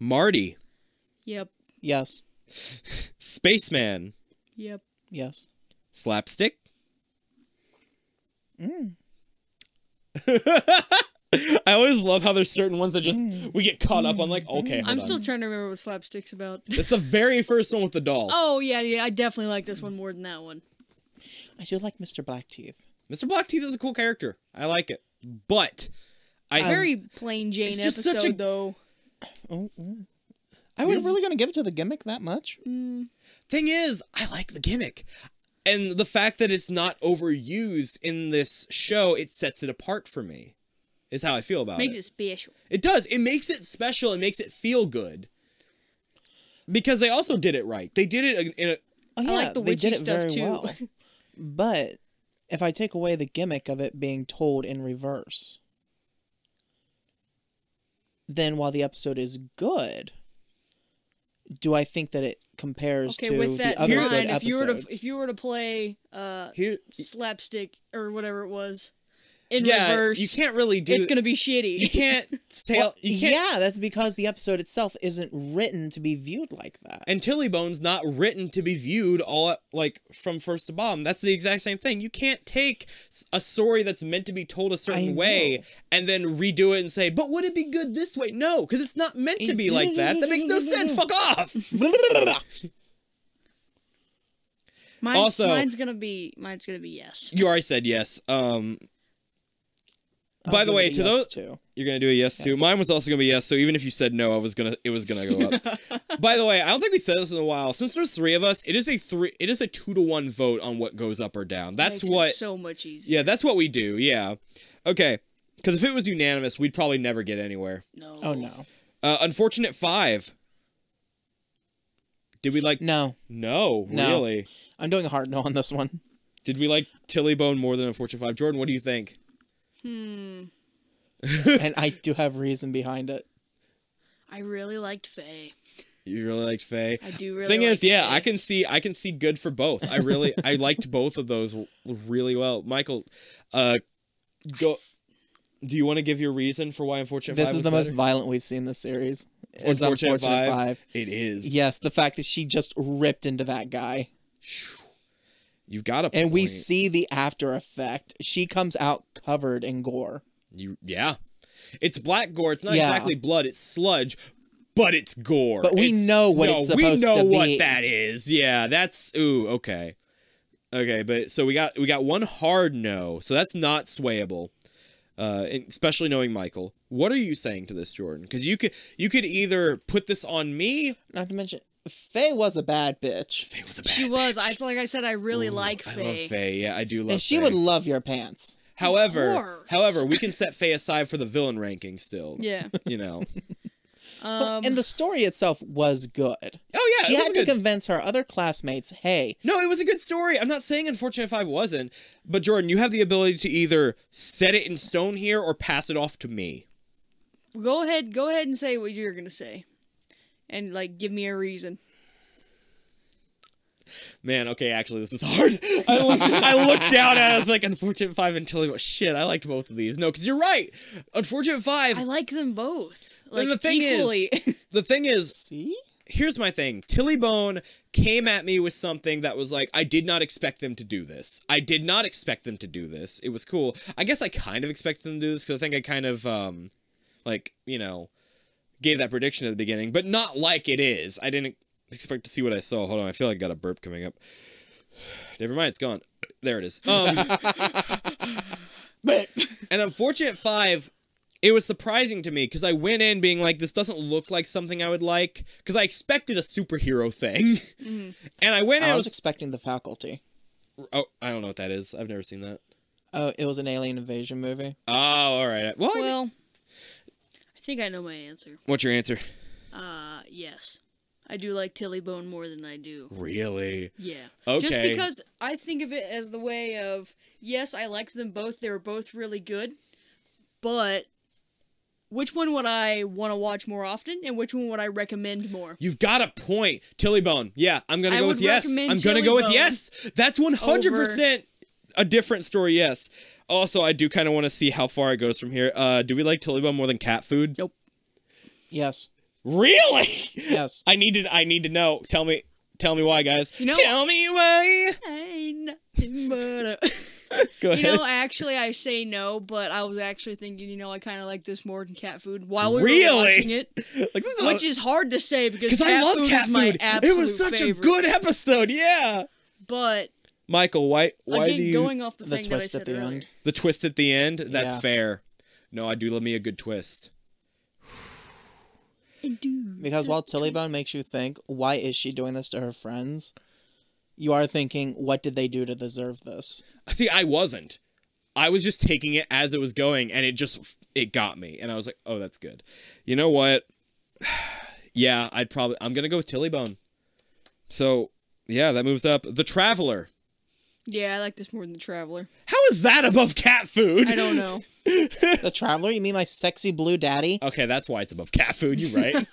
S2: Marty.
S3: Yep.
S4: Yes.
S2: Spaceman.
S3: Yep.
S4: Yes.
S2: Slapstick.
S4: Mm.
S2: I always love how there's certain ones that just we get caught up on like, okay, hold
S3: I'm
S2: on.
S3: still trying to remember what slapstick's about.
S2: It's the very first one with the doll.
S3: oh yeah, yeah. I definitely like this one more than that one.
S4: I do like Mr. Blackteeth.
S2: Mr. Blackteeth is a cool character. I like it. But I
S3: Very plain Jane
S2: Um, just such
S3: episode
S2: a-
S3: though.
S4: Oh, mm. Are we really going to give it to the gimmick that much?
S2: thing is, I like the gimmick. And the fact that it's not overused in this show, it sets it apart for me. Is how I feel about
S3: Makes
S2: it.
S3: it special.
S2: It does. It makes it special. It makes it feel good. Because they also did it right. They did it in a.
S4: Oh, yeah,
S3: I like the
S4: they
S3: witchy
S4: did it
S3: stuff,
S4: very
S3: too.
S4: well. But if I take away the gimmick of it being told in reverse, then while the episode is good, do I think that it compares
S3: Okay,
S4: to
S3: with that
S4: the other
S3: in
S4: good
S3: mind, if you were to
S4: episodes?
S3: if you were to play uh
S2: Here,
S3: slapstick or whatever it was in
S2: yeah,
S3: reverse,
S2: you can't really do.
S3: it's gonna be shitty.
S2: You can't tell.
S4: Well,
S2: you can't.
S4: yeah, that's because the episode itself isn't written to be viewed like that.
S2: And Tilly Bone's not written to be viewed all at, like from first to bottom. That's the exact same thing. You can't take s- a story that's meant to be told a certain
S4: know.
S2: way and then redo it and say, "But would it be good this way?" No, because it's not meant to be like that. That makes no sense. Fuck off.
S3: mine's,
S2: also-
S3: mine's gonna be mine's gonna be yes.
S2: You already said yes. Um,
S4: I'll
S2: By the
S4: give
S2: way,
S4: it a
S2: to
S4: yes
S2: those-
S4: too.
S2: You're gonna do a yes, too. Mine was also gonna be yes. So even if you said no, I was gonna it was gonna go up. By the way, I don't think we said this in a while. Since there's three of us, it is a three it is a two to one vote on what goes up or down. That's
S3: Makes it
S2: what
S3: so much easier.
S2: yeah, that's what we do. Yeah, okay. Because if it was unanimous, we'd probably never get anywhere.
S3: No.
S4: Oh no,
S2: Uh, unfortunate five. Did we like
S4: no,
S2: no,
S4: No.
S2: really?
S4: I'm doing a hard no on this one.
S2: Did we like Tilly Bone more than unfortunate five? Jordan, what do you think?
S4: and I do have reason behind it.
S3: I really liked Faye.
S2: You really liked Faye.
S3: I do really.
S2: thing is
S3: like
S2: yeah
S3: Faye.
S2: i can see i can see good for both i really i liked both of those w- really well michael uh go do you want to give your reason for why unfortunate five
S4: This is
S2: was
S4: the most
S2: better?
S4: violent we've seen this series. It's
S2: Unfortunate Five.
S4: Five.
S2: it is
S4: Yes, the fact that she just ripped into that guy.
S2: you've got a
S4: And we
S2: point.
S4: see the after effect. She comes out covered in gore.
S2: you yeah it's black gore it's not
S4: Yeah.
S2: exactly blood it's sludge but it's gore
S4: But we
S2: It's-
S4: know what
S2: no,
S4: it's
S2: we
S4: supposed
S2: know
S4: to
S2: what
S4: be.
S2: that is yeah that's ooh okay okay but so we got we got one hard no so that's not swayable uh, and especially knowing Michael, what are you saying to this, Jordan? Because you could you could either put this on me.
S4: Not to mention, Faye was a bad bitch.
S2: Faye was a bad
S3: She was. I
S2: bitch.
S3: like I said. I really like
S2: I
S3: Faye.
S2: love Faye. Yeah, I do love.
S4: And she
S2: Faye.
S4: would love your pants.
S2: however,
S3: course.
S2: however, we can set Faye aside for the villain ranking still.
S3: Yeah.
S2: You know.
S3: Um,
S4: and the story itself was good.
S2: Oh yeah.
S4: she
S2: it was
S4: had
S2: a
S4: to
S2: good-
S4: convince her other classmates, hey,
S2: No, it was a good story. I'm not saying Unfortunate Five wasn't, but Jordan, you have the ability to either set it in stone here or pass it off to me.
S3: go ahead. Go ahead and say what you're gonna say, and like give me a reason.
S2: Man, okay, actually, this is hard. I looked, I looked down at it, I was like, Unfortunate Five and Tilly. Shit, I liked both of these. No, because you're right. Unfortunate Five.
S3: I like them both. Like
S2: the thing is-
S3: equally.
S2: the thing is,
S4: see?
S2: here's my thing. Tilly Bone came at me with something that was like, I did not expect them to do this. I did not expect them to do this. It was cool. I guess I kind of expected them to do this because I think I kind of, um, like, you know, gave that prediction at the beginning, but not like it is. I didn't expect to see what I saw. Hold on, I feel like I got a burp coming up. Never mind, it's gone. There it is. Um,
S3: but
S2: and unfortunate five it was surprising to me because i went in being like this doesn't look like something i would like because i expected a superhero thing
S3: Mm-hmm.
S2: and i went in
S4: I
S2: and was,
S4: was expecting the faculty.
S2: oh i don't know what that is i've never seen that
S4: Oh, it was an alien invasion movie.
S2: oh all right well, I mean-
S3: well, I think I know my answer.
S2: what's your answer
S3: Uh, yes, I do like Tilly Bone more than I do.
S2: really
S3: Yeah. Just
S2: Okay.
S3: because I think of it as the way of yes, I liked them both. They were both really good, but which one would I want to watch more often, and which one would I recommend more?
S2: You've got a point, Tilly Bone. Yeah, I'm gonna
S3: I
S2: go
S3: would
S2: with yes. I'm
S3: recommend
S2: gonna
S3: Tilly
S2: go with
S3: Bone
S2: yes. That's 100 percent a different story. Yes. Also, I do kind of want to see how far it goes from here. Uh, do we like Tilly Bone more than cat food?
S3: Nope.
S4: Yes.
S2: Really?
S4: Yes.
S2: I need to. I need to know. Tell me. Tell me why, guys.
S3: You know-
S2: tell me why.
S3: Ain't nothing but a-
S2: Go
S3: you
S2: ahead.
S3: know, actually, I say no, but I was actually thinking, you know, I kind of like this more than cat food while we
S2: Really?
S3: were watching it,
S2: like this is
S3: which is hard to say because
S2: because
S3: cat
S2: I love
S3: food
S2: cat
S3: is my
S2: food.
S3: absolute
S2: It was such
S3: favorite.
S2: a good episode. Yeah.
S3: But
S2: Michael, why? Why
S3: again,
S2: do you?
S3: going off the,
S4: The
S3: thing that I
S4: twist
S3: said
S4: at the
S3: earlier,
S4: end.
S2: The twist at the end. That's
S4: Yeah.
S2: fair. No, I do love me a good twist.
S3: And dude,
S4: Because while Tillybone makes you think, why is she doing this to her friends? You are thinking, what did they do to deserve this?
S2: See, I wasn't. I was just taking it as it was going, and it just it got me, and I was like, "Oh, that's good." You know what? yeah, I'd probably I'm gonna go with Tilly Bone. So yeah, that moves up the Traveler.
S3: yeah, I like this more than the traveler.
S2: How is that above cat food?
S3: I don't know.
S4: the Traveler? You mean my sexy blue daddy?
S2: Okay, that's why it's above cat food. You right?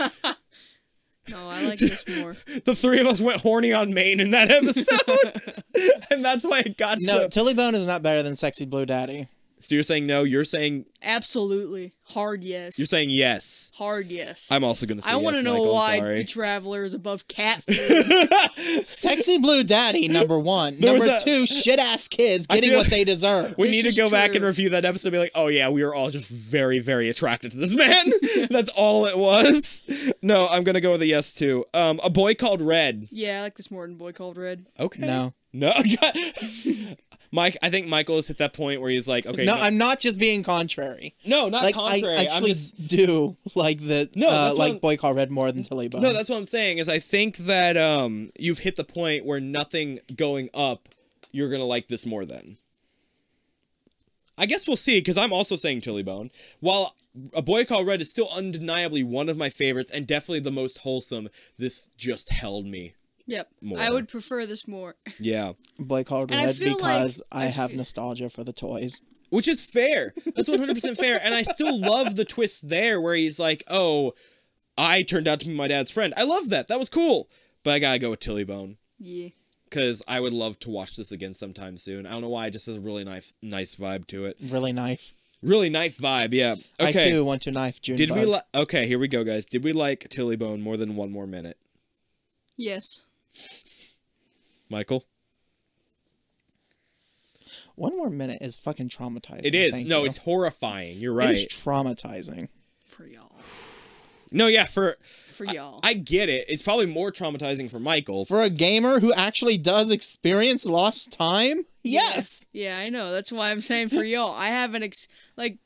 S3: No, I like this more.
S2: the three of us went horny on Maine in that episode, and that's why it got so.
S4: No, Tillybone is not better than sexy blue daddy.
S2: so you're saying no? You're saying
S3: Absolutely, hard yes.
S2: you're saying yes.
S3: hard yes.
S2: I'm also gonna say
S3: I
S2: yes,
S3: want to know
S2: Michael, I'm
S3: why
S2: sorry.
S3: the traveler is above cat food.
S4: Sexy blue daddy, number one.
S2: There was
S4: number
S2: a-
S4: two, shit ass kids getting
S2: feel-
S4: what they deserve.
S2: We
S3: This
S2: need to
S3: is
S2: go back and
S3: true.
S2: review that episode and be like, oh yeah, we were all just very, very attracted to this man. That's all it was. No, I'm gonna go with a yes too. Um, a boy called Red.
S3: yeah, I like this more than Boy Called Red.
S2: Okay.
S4: No.
S2: No. Mike, I think Michael has hit that point where he's like, okay,
S4: no,
S2: no,
S4: I'm not just being contrary.
S2: no, not
S4: Like
S2: contrary.
S4: I
S2: I'm
S4: actually
S2: just-
S4: do like the
S2: No,
S4: uh,
S2: that's what I'm-
S4: like Boy Call Red more than Tillybone.
S2: no, that's what I'm saying is I think that um, you've hit the point where nothing going up, you're gonna like this more than. I guess we'll see because I'm also saying Chili Bone. While A Boy Called Red is still undeniably one of my favorites and definitely the most wholesome, this just held me.
S3: Yep, I
S2: More.
S3: would prefer this more.
S2: Yeah,
S4: Boy Called
S3: And I
S4: Red
S3: feel like-
S4: because I,
S3: I
S4: have
S3: feel-
S4: nostalgia for the toys.
S2: which is fair. That's 100 percent fair, and I still love the twist there where he's like, "Oh, I turned out to be my dad's friend." I love that. That was cool. But I gotta go with Tilly Bone.
S3: Yeah,
S2: because I would love to watch this again sometime soon. I don't know why, it just has a really nice, nice vibe to it.
S4: Really knife.
S2: Really nice vibe, yeah.
S4: I
S2: Okay,
S4: too want to knife June.
S2: did we like? Okay, here we go, guys. Did we like Tilly Bone more than one more minute,
S3: yes.
S2: Michael?
S4: One more minute is fucking traumatizing.
S2: It is.
S4: Thank
S2: No,
S4: you.
S2: it's horrifying. You're
S4: It
S2: right.
S4: is traumatizing.
S3: For y'all,
S2: no, yeah, for
S3: for y'all.
S2: I get it. It's probably more traumatizing for Michael.
S4: For a gamer who actually does experience lost time, yes.
S3: Yeah, I know. That's why I'm saying for y'all. I haven't ex- like,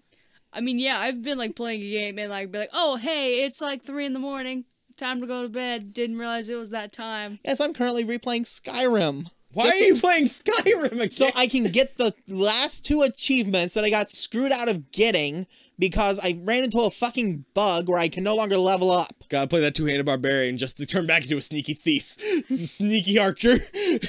S3: I mean, yeah, I've been like playing a game and like be like, oh hey, it's like three in the morning, time to go to bed. Didn't realize it was that time.
S4: Yes, I'm currently replaying Skyrim.
S2: why
S4: Just
S2: are you playing Skyrim again?
S4: so I can get the last two achievements that I got screwed out of getting because I ran into a fucking bug where I can no longer level up.
S2: Gotta play that two-handed barbarian just to turn back into a sneaky thief, sneaky archer.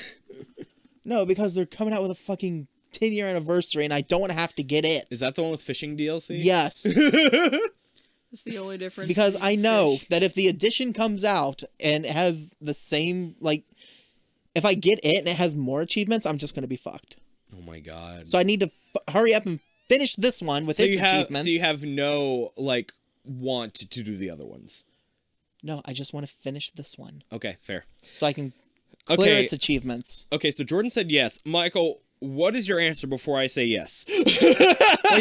S4: No, because they're coming out with a fucking 10 year anniversary and I don't want to have to get it.
S2: Is that the one with fishing DLC?
S4: Yes,
S3: That's the only difference.
S4: because
S3: between
S4: I know
S3: fish-
S4: that if the edition comes out and it has the same, like, if I get it and it has more achievements, I'm just going to be fucked.
S2: Oh my god.
S4: So I need to f- hurry up and finish this one with
S2: so
S4: its
S2: you have
S4: achievements.
S2: so you have no like want to do the other ones.
S4: no, I just want to finish this one
S2: Okay, fair.
S4: so I can clear
S2: Okay.
S4: its achievements.
S2: Okay, so Jordan said yes. Michael, what is your answer before I say yes?
S4: Well,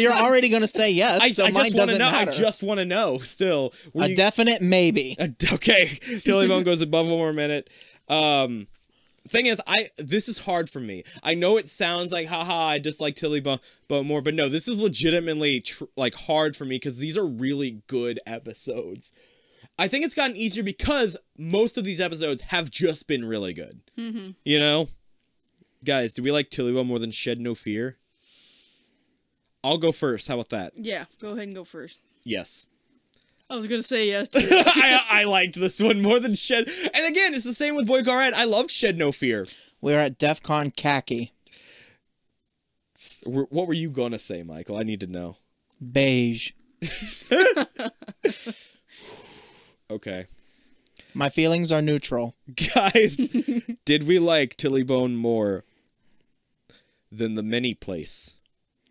S4: you're already going to say yes,
S2: I,
S4: so
S2: I
S4: mine
S2: just want to
S4: doesn't
S2: know.
S4: matter.
S2: I just want to know. Still, Were
S4: a
S2: you-
S4: definite maybe.
S2: a d- okay. Tilly Bone goes above one more minute. Um, thing is, I this is hard for me. I know it sounds like haha, I dislike Tilly Bone Bone more, but no, this is legitimately tr- like hard for me because these are really good episodes. I think it's gotten easier because most of these episodes have just been really good. You know, guys, do we like Tilly Bone more than Shed No Fear? I'll go first. How about that?
S3: Yeah, go ahead and go first.
S2: Yes.
S3: I was gonna say yes. To
S2: I, I liked this one more than Shed. And again, it's the same with Boy Red. I loved Shed No Fear.
S4: We're at DEF CON khaki.
S2: S- wh- What were you gonna say, Michael? I need to know.
S4: Beige.
S2: Okay.
S4: My feelings are neutral.
S2: Guys, did we like Tillybone more than the mini place?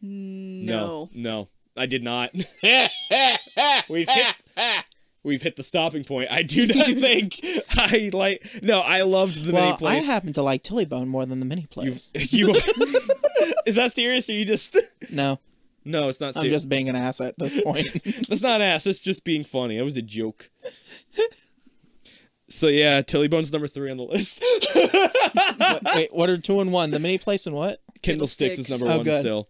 S3: No.
S2: No, I did not. we've hit we've hit the stopping point. I do not think I like no, I loved the mini
S4: well, I
S2: place.
S4: happen to like Tillybone more than the mini place.
S2: you Is that serious or you just
S4: No,
S2: No, it's not
S4: I'm
S2: serious.
S4: just being an ass at this point.
S2: That's not ass. That's just being funny. That was a joke. so yeah, Tillybone's number three on the list.
S4: Wait, what are two and one? The mini place and what?
S2: Kindle Sticks is
S3: Sticks.
S2: number
S4: Oh,
S2: one
S4: good.
S2: still.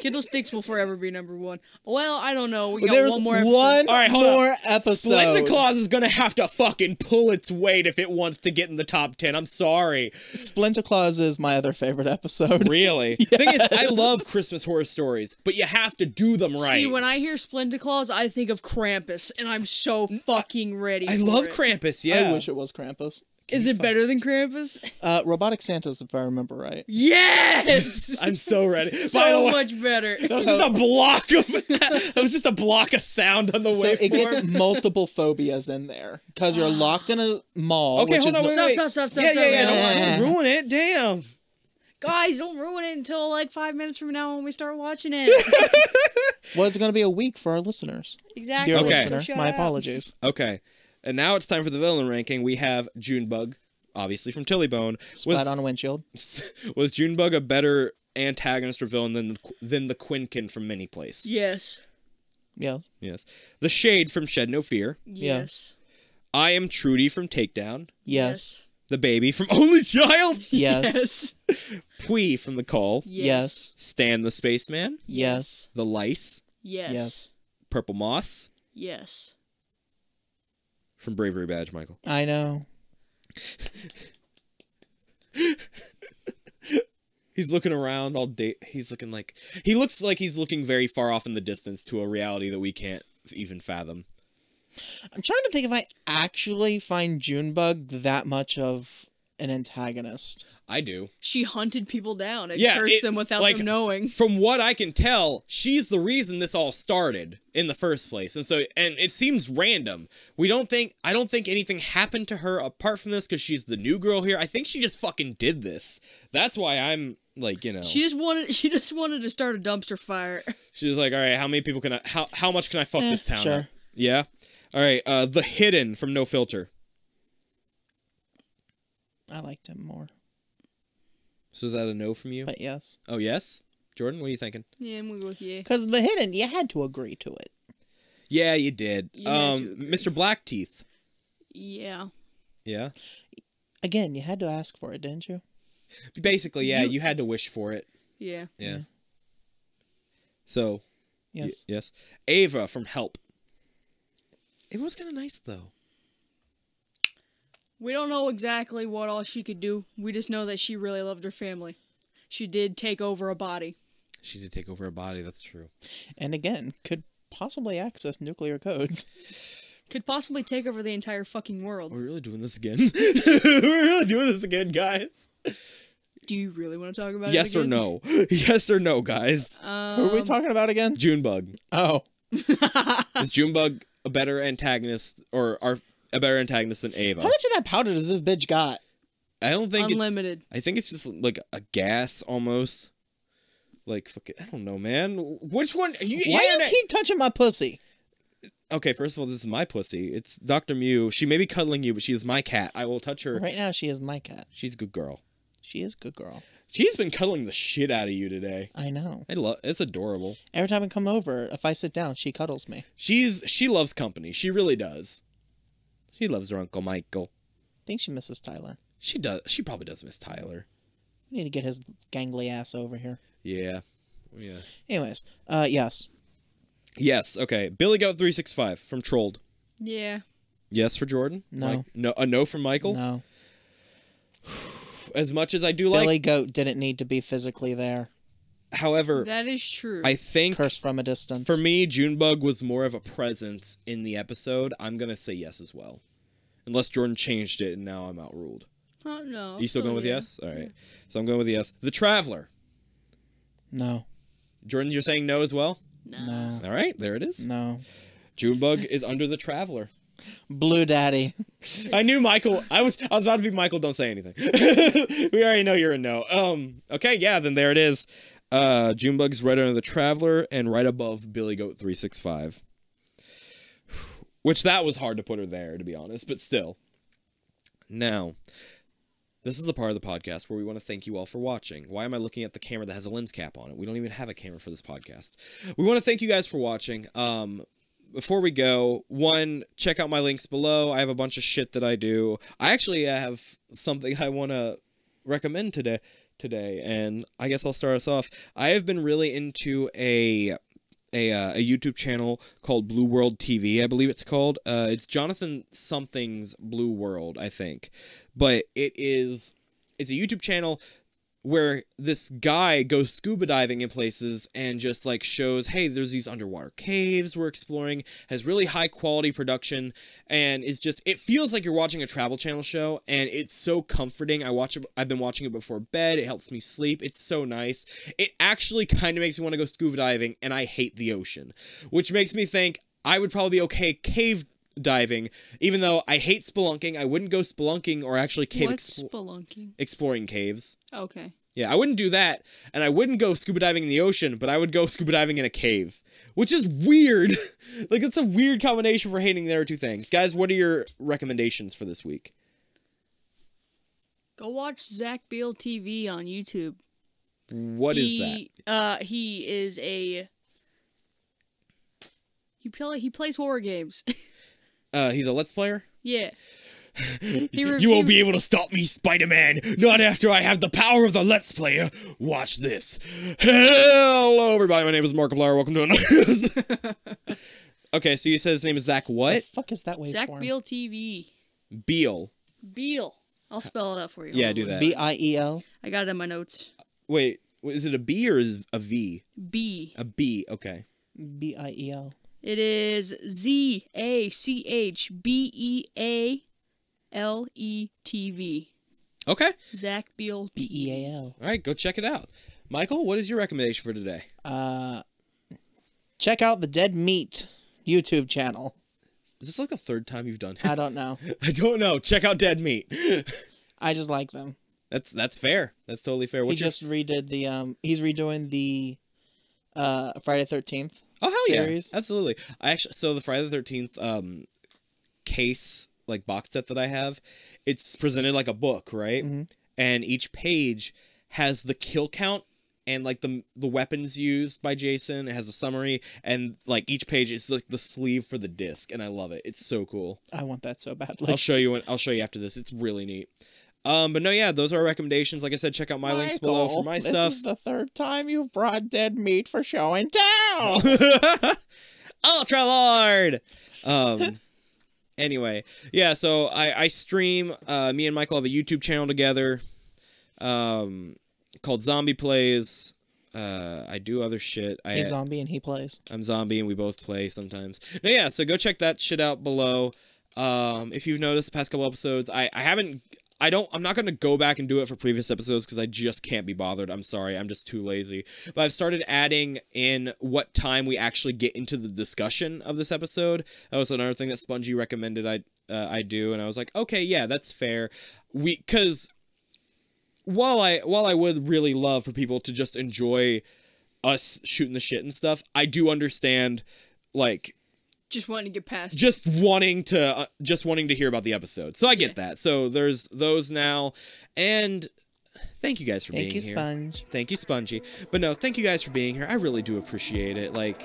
S3: Kindle Sticks will forever be number one. Well, I don't know. We got
S4: There's
S3: one
S4: one
S3: more.
S4: more,
S3: episode.
S2: All right, hold on.
S4: episode.
S2: Splendid Claus is gonna have to fucking pull its weight if it wants to get in the top ten. I'm sorry.
S4: Splinter Claus is my other favorite episode.
S2: Really? Thing is, I love Christmas horror stories, but you have to do them right.
S3: See, when I hear Splendid Claus, I think of Krampus, and I'm so fucking ready.
S2: I
S3: for
S2: love
S3: it.
S2: Krampus. Yeah.
S4: I wish it was Krampus.
S3: Is it better than Krampus?
S4: Uh, Robotic Santas, if I remember right.
S3: Yes.
S2: I'm so ready. By the
S3: so
S2: way,
S3: much better.
S2: that was just a block of that was just a block of sound on the
S4: So
S2: way.
S4: it gets multiple phobias in there because you're locked in a mall.
S2: Oh, Okay,
S4: which
S2: hold
S4: is
S2: on.
S4: no-
S2: Wait,
S3: Stop,
S2: wait.
S3: stop, stop, stop,
S2: Yeah,
S3: stop,
S2: yeah, yeah.
S4: yeah.
S2: don't- don't ruin it. Damn.
S3: Guys, don't ruin it until like five minutes from now when we start watching it.
S4: Well, it's going to be a week for our listeners.
S3: exactly.
S4: Dear
S2: Okay.
S3: So
S4: listener,
S3: shut
S4: my
S3: up.
S4: apologies.
S2: Okay. And now it's time for the villain ranking. We have Junebug, obviously from Tillybone.
S4: Flat
S2: Was
S4: on a windshield.
S2: was Junebug a better antagonist or villain than the, Qu- than the Quinkin from Many Place?
S3: Yes.
S4: Yeah.
S2: Yes. The Shade from Shed No Fear.
S3: Yes.
S2: I am Trudy from Takedown.
S4: Yes.
S2: The baby from Only Child.
S4: Yes. Yes.
S3: Yes.
S2: Pui from The Call.
S4: Yes.
S2: Stan the Spaceman.
S4: Yes.
S2: The Lice.
S3: Yes. Yes.
S4: Yes.
S2: Purple Moss
S3: Yes.
S2: from Bravery Badge. Michael.
S4: I know.
S2: He's looking around all day. He's looking like he looks like he's looking very far off in the distance to a reality that we can't even fathom.
S4: I'm trying to think if I actually find Junebug that much of an antagonist.
S2: I do.
S3: She hunted people down and
S2: Yeah,
S3: cursed
S2: it-
S3: them without
S2: like-
S3: them knowing.
S2: From what I can tell, she's the reason this all started in the first place. And so and it seems random. We don't think I don't think anything happened to her apart from this cuz she's the new girl here. I think she just fucking did this. That's why I'm like, you know.
S3: She just wanted. She just wanted to start a dumpster fire.
S2: She's like, "All right, how many people can I how how much can I fuck
S4: Eh,
S2: this town?"
S4: sure.
S2: up?" Yeah. All right, uh The Hidden from No Filter.
S4: I liked him more.
S2: So is that a no from you?
S4: But yes.
S2: Oh yes, Jordan, what are you thinking?
S3: Yeah, I'm gonna go with yeah.
S4: Because the hidden, you had to agree to it.
S2: Yeah, you did.
S3: You had
S2: um,
S3: to agree.
S2: Mr. Blackteeth.
S3: Yeah.
S2: Yeah.
S4: Again, you had to ask for it, didn't you?
S2: Basically, yeah, you, had to wish for it.
S3: Yeah.
S2: Yeah. So. y-
S4: Yes.
S2: yes. Ava from Help. It was kind of nice though.
S3: We don't know exactly what all she could do. We just know that she really loved her family. She did take over a body.
S2: She did take over a body. That's true.
S4: And again, could possibly access nuclear codes.
S3: Could possibly take over the entire fucking world.
S2: We're really doing this again. We're really doing this again, guys.
S3: Do you really want to talk about
S2: Yes
S3: it?
S2: or
S3: again? Uh,
S2: no? Yes or no, guys?
S4: Who are we talking about again?
S2: Junebug.
S4: Oh.
S2: Is Junebug a better antagonist or are a better antagonist than Ava?
S4: How much of that powder does this bitch got?
S2: I don't think it's
S3: Unlimited.
S2: I think it's just like a gas almost. Like fuck it, I don't know, man. Which one? You,
S4: Why do you
S2: internet-
S4: keep touching my pussy?
S2: okay, first of all, this is my pussy. It's Doctor Mew. She may be cuddling you, but she is my cat. I will touch her.
S4: Right now, she is my cat.
S2: She's a good girl.
S4: She is a good girl.
S2: She's been cuddling the shit out of you today.
S4: I know.
S2: I love. It's adorable.
S4: Every time I come over, if I sit down, she cuddles me.
S2: She's she loves company. She really does. She loves her uncle Michael.
S4: I think she misses Tyler.
S2: She does. She probably does miss Tyler.
S4: We need to get his gangly ass over here.
S2: Yeah. Yeah.
S4: Anyways, uh, yes.
S2: Yes. Okay. Billy Goat three six five from Trolled.
S3: Yeah.
S2: Yes for Jordan.
S4: No.
S2: Mike- no. A no from Michael.
S4: No.
S2: As much as I do like
S4: Billy Goat didn't need to be physically there.
S2: However,
S3: That is true.
S2: I think
S4: Curse from a distance.
S2: for me, Junebug was more of a presence in the episode. I'm gonna say yes as well, unless Jordan changed it and now I'm outruled.
S3: oh, no.
S2: you still going with
S3: yeah.
S2: yes? All right. So I'm going with yes. The Traveler.
S4: No.
S2: Jordan, you're saying no as well.
S4: No.
S2: All right, there it is.
S4: No.
S2: Junebug is under the traveler.
S4: Blue Daddy.
S2: I knew Michael. I was I was about to be Michael. Don't say anything. we already know you're a no. Um. Okay. Yeah. Then there it is. Uh, Junebug's right under the Traveler and right above Billy Goat three six five. Which that was hard to put her there, to be honest. But still. Now, this is the part of the podcast where we want to thank you all for watching. Why am I looking at the camera that has a lens cap on it? We don't even have a camera for this podcast. We want to thank you guys for watching. Um, before we go, one, check out my links below. I have a bunch of shit that I do. I actually have something I want to recommend today. Today, and I guess I'll start us off. I have been really into a a, uh, a YouTube channel called Blue World TV, I believe it's called. Uh, it's Jonathan something's Blue World, I think, but it is it's a YouTube channel where this guy goes scuba diving in places and just like shows, hey, there's these underwater caves we're exploring, has really high quality production, and it's just it feels like you're watching a travel channel show, and it's so comforting. I watch it I've been watching it before bed, it helps me sleep, it's so nice. It actually kind of makes me want to go scuba diving, and I hate the ocean. Which makes me think I would probably be okay cave diving, even though I hate spelunking, I wouldn't go spelunking or actually cave
S3: What's
S2: expo-
S3: spelunking?
S2: exploring caves.
S3: Okay.
S2: Yeah, I wouldn't do that, and I wouldn't go scuba diving in the ocean, but I would go scuba diving in a cave, which is weird. like it's a weird combination for hating there are two things. Guys, what are your recommendations for this week?
S3: Go watch Zach Beal TV on YouTube.
S2: What is that?
S3: that? Uh, he is a. He play, he plays horror games.
S2: Uh, he's a let's player.
S3: yeah.
S2: you won't be able to stop me, Spider-Man. Not after I have the power of the let's player. Watch this. Hello, everybody. My name is Markiplier. Welcome to another. okay, so you said his name is Zach
S4: What the
S2: what?
S4: fuck is that waveform?
S3: Zach Beal TV.
S2: Beal.
S3: Beal. I'll spell it out for you.
S2: Yeah,
S3: Hold
S2: do
S3: on.
S2: that.
S4: B I E L.
S3: I got it in my notes.
S2: Wait, is it a B or is it a V?
S3: B.
S2: A B. Okay.
S4: B I E L.
S3: It is Z A C H B E A L E T V.
S2: Okay.
S3: Zach Beal.
S4: B E A L.
S2: All right, go check it out. Michael, what is your recommendation for today?
S4: Uh, check out the Dead Meat YouTube channel.
S2: Is this like the third time you've done
S4: I don't know.
S2: I don't know. Check out Dead Meat.
S4: I just like them.
S2: that's that's fair. That's totally fair. What's
S4: he
S2: your...
S4: just redid the um. He's redoing the, uh, Friday Thirteenth.
S2: Oh hell yeah.
S4: series?
S2: Absolutely. I actually so the Friday the thirteenth um case like box set that I have, it's presented like a book, right?
S4: Mm-hmm.
S2: And each page has the kill count and like the the weapons used by Jason. It has a summary and like each page is like the sleeve for the disc, and I love it. It's so cool.
S4: I want that so badly.
S2: I'll show you. When, I'll show you after this. It's really neat. Um, but no, yeah, those are our recommendations. Like I said, check out my links below for
S4: Michael,
S2: my
S4: this
S2: stuff.
S4: is the third time you've brought Dead Meat for show and tell.
S2: Ultra Lord. Um. anyway, yeah. So I I stream. Uh, me and Michael have a YouTube channel together. Um, called Zombie Plays. Uh, I do other shit. I,
S4: He's zombie and he plays.
S2: I'm zombie and we both play sometimes. No, yeah, so go check that shit out below. Um, if you've noticed the past couple episodes, I, I haven't I don't I'm not gonna go back and do it for previous episodes because I just can't be bothered. I'm sorry, I'm just too lazy. But I've started adding in what time we actually get into the discussion of this episode. That was another thing that Spongy recommended I uh, I do, and I was like, okay, yeah, that's fair. We because while I while I would really love for people to just enjoy us shooting the shit and stuff, I do understand like
S3: Just wanted to get past.
S2: just wanting to uh, just wanting to hear about the episode. So I get that. So there's those now and thank you guys for
S4: Thank
S2: being
S4: you,
S2: here.
S4: Sponge.
S2: Thank you Spongy. But no, thank you guys for being here. I really do appreciate it. Like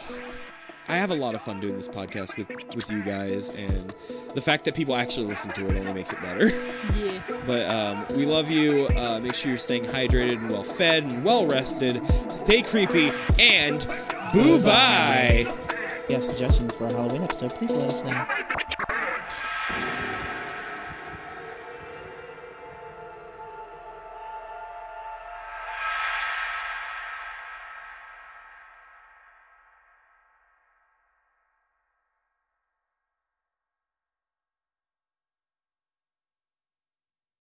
S2: I have a lot of fun doing this podcast with with you guys and the fact that people actually listen to it only makes it better.
S3: yeah.
S2: But um, we love you. Uh, make sure you're staying hydrated and well fed and well rested. Stay creepy and boo bye.
S4: If you have suggestions for a Halloween episode, please let us know.
S1: Bye.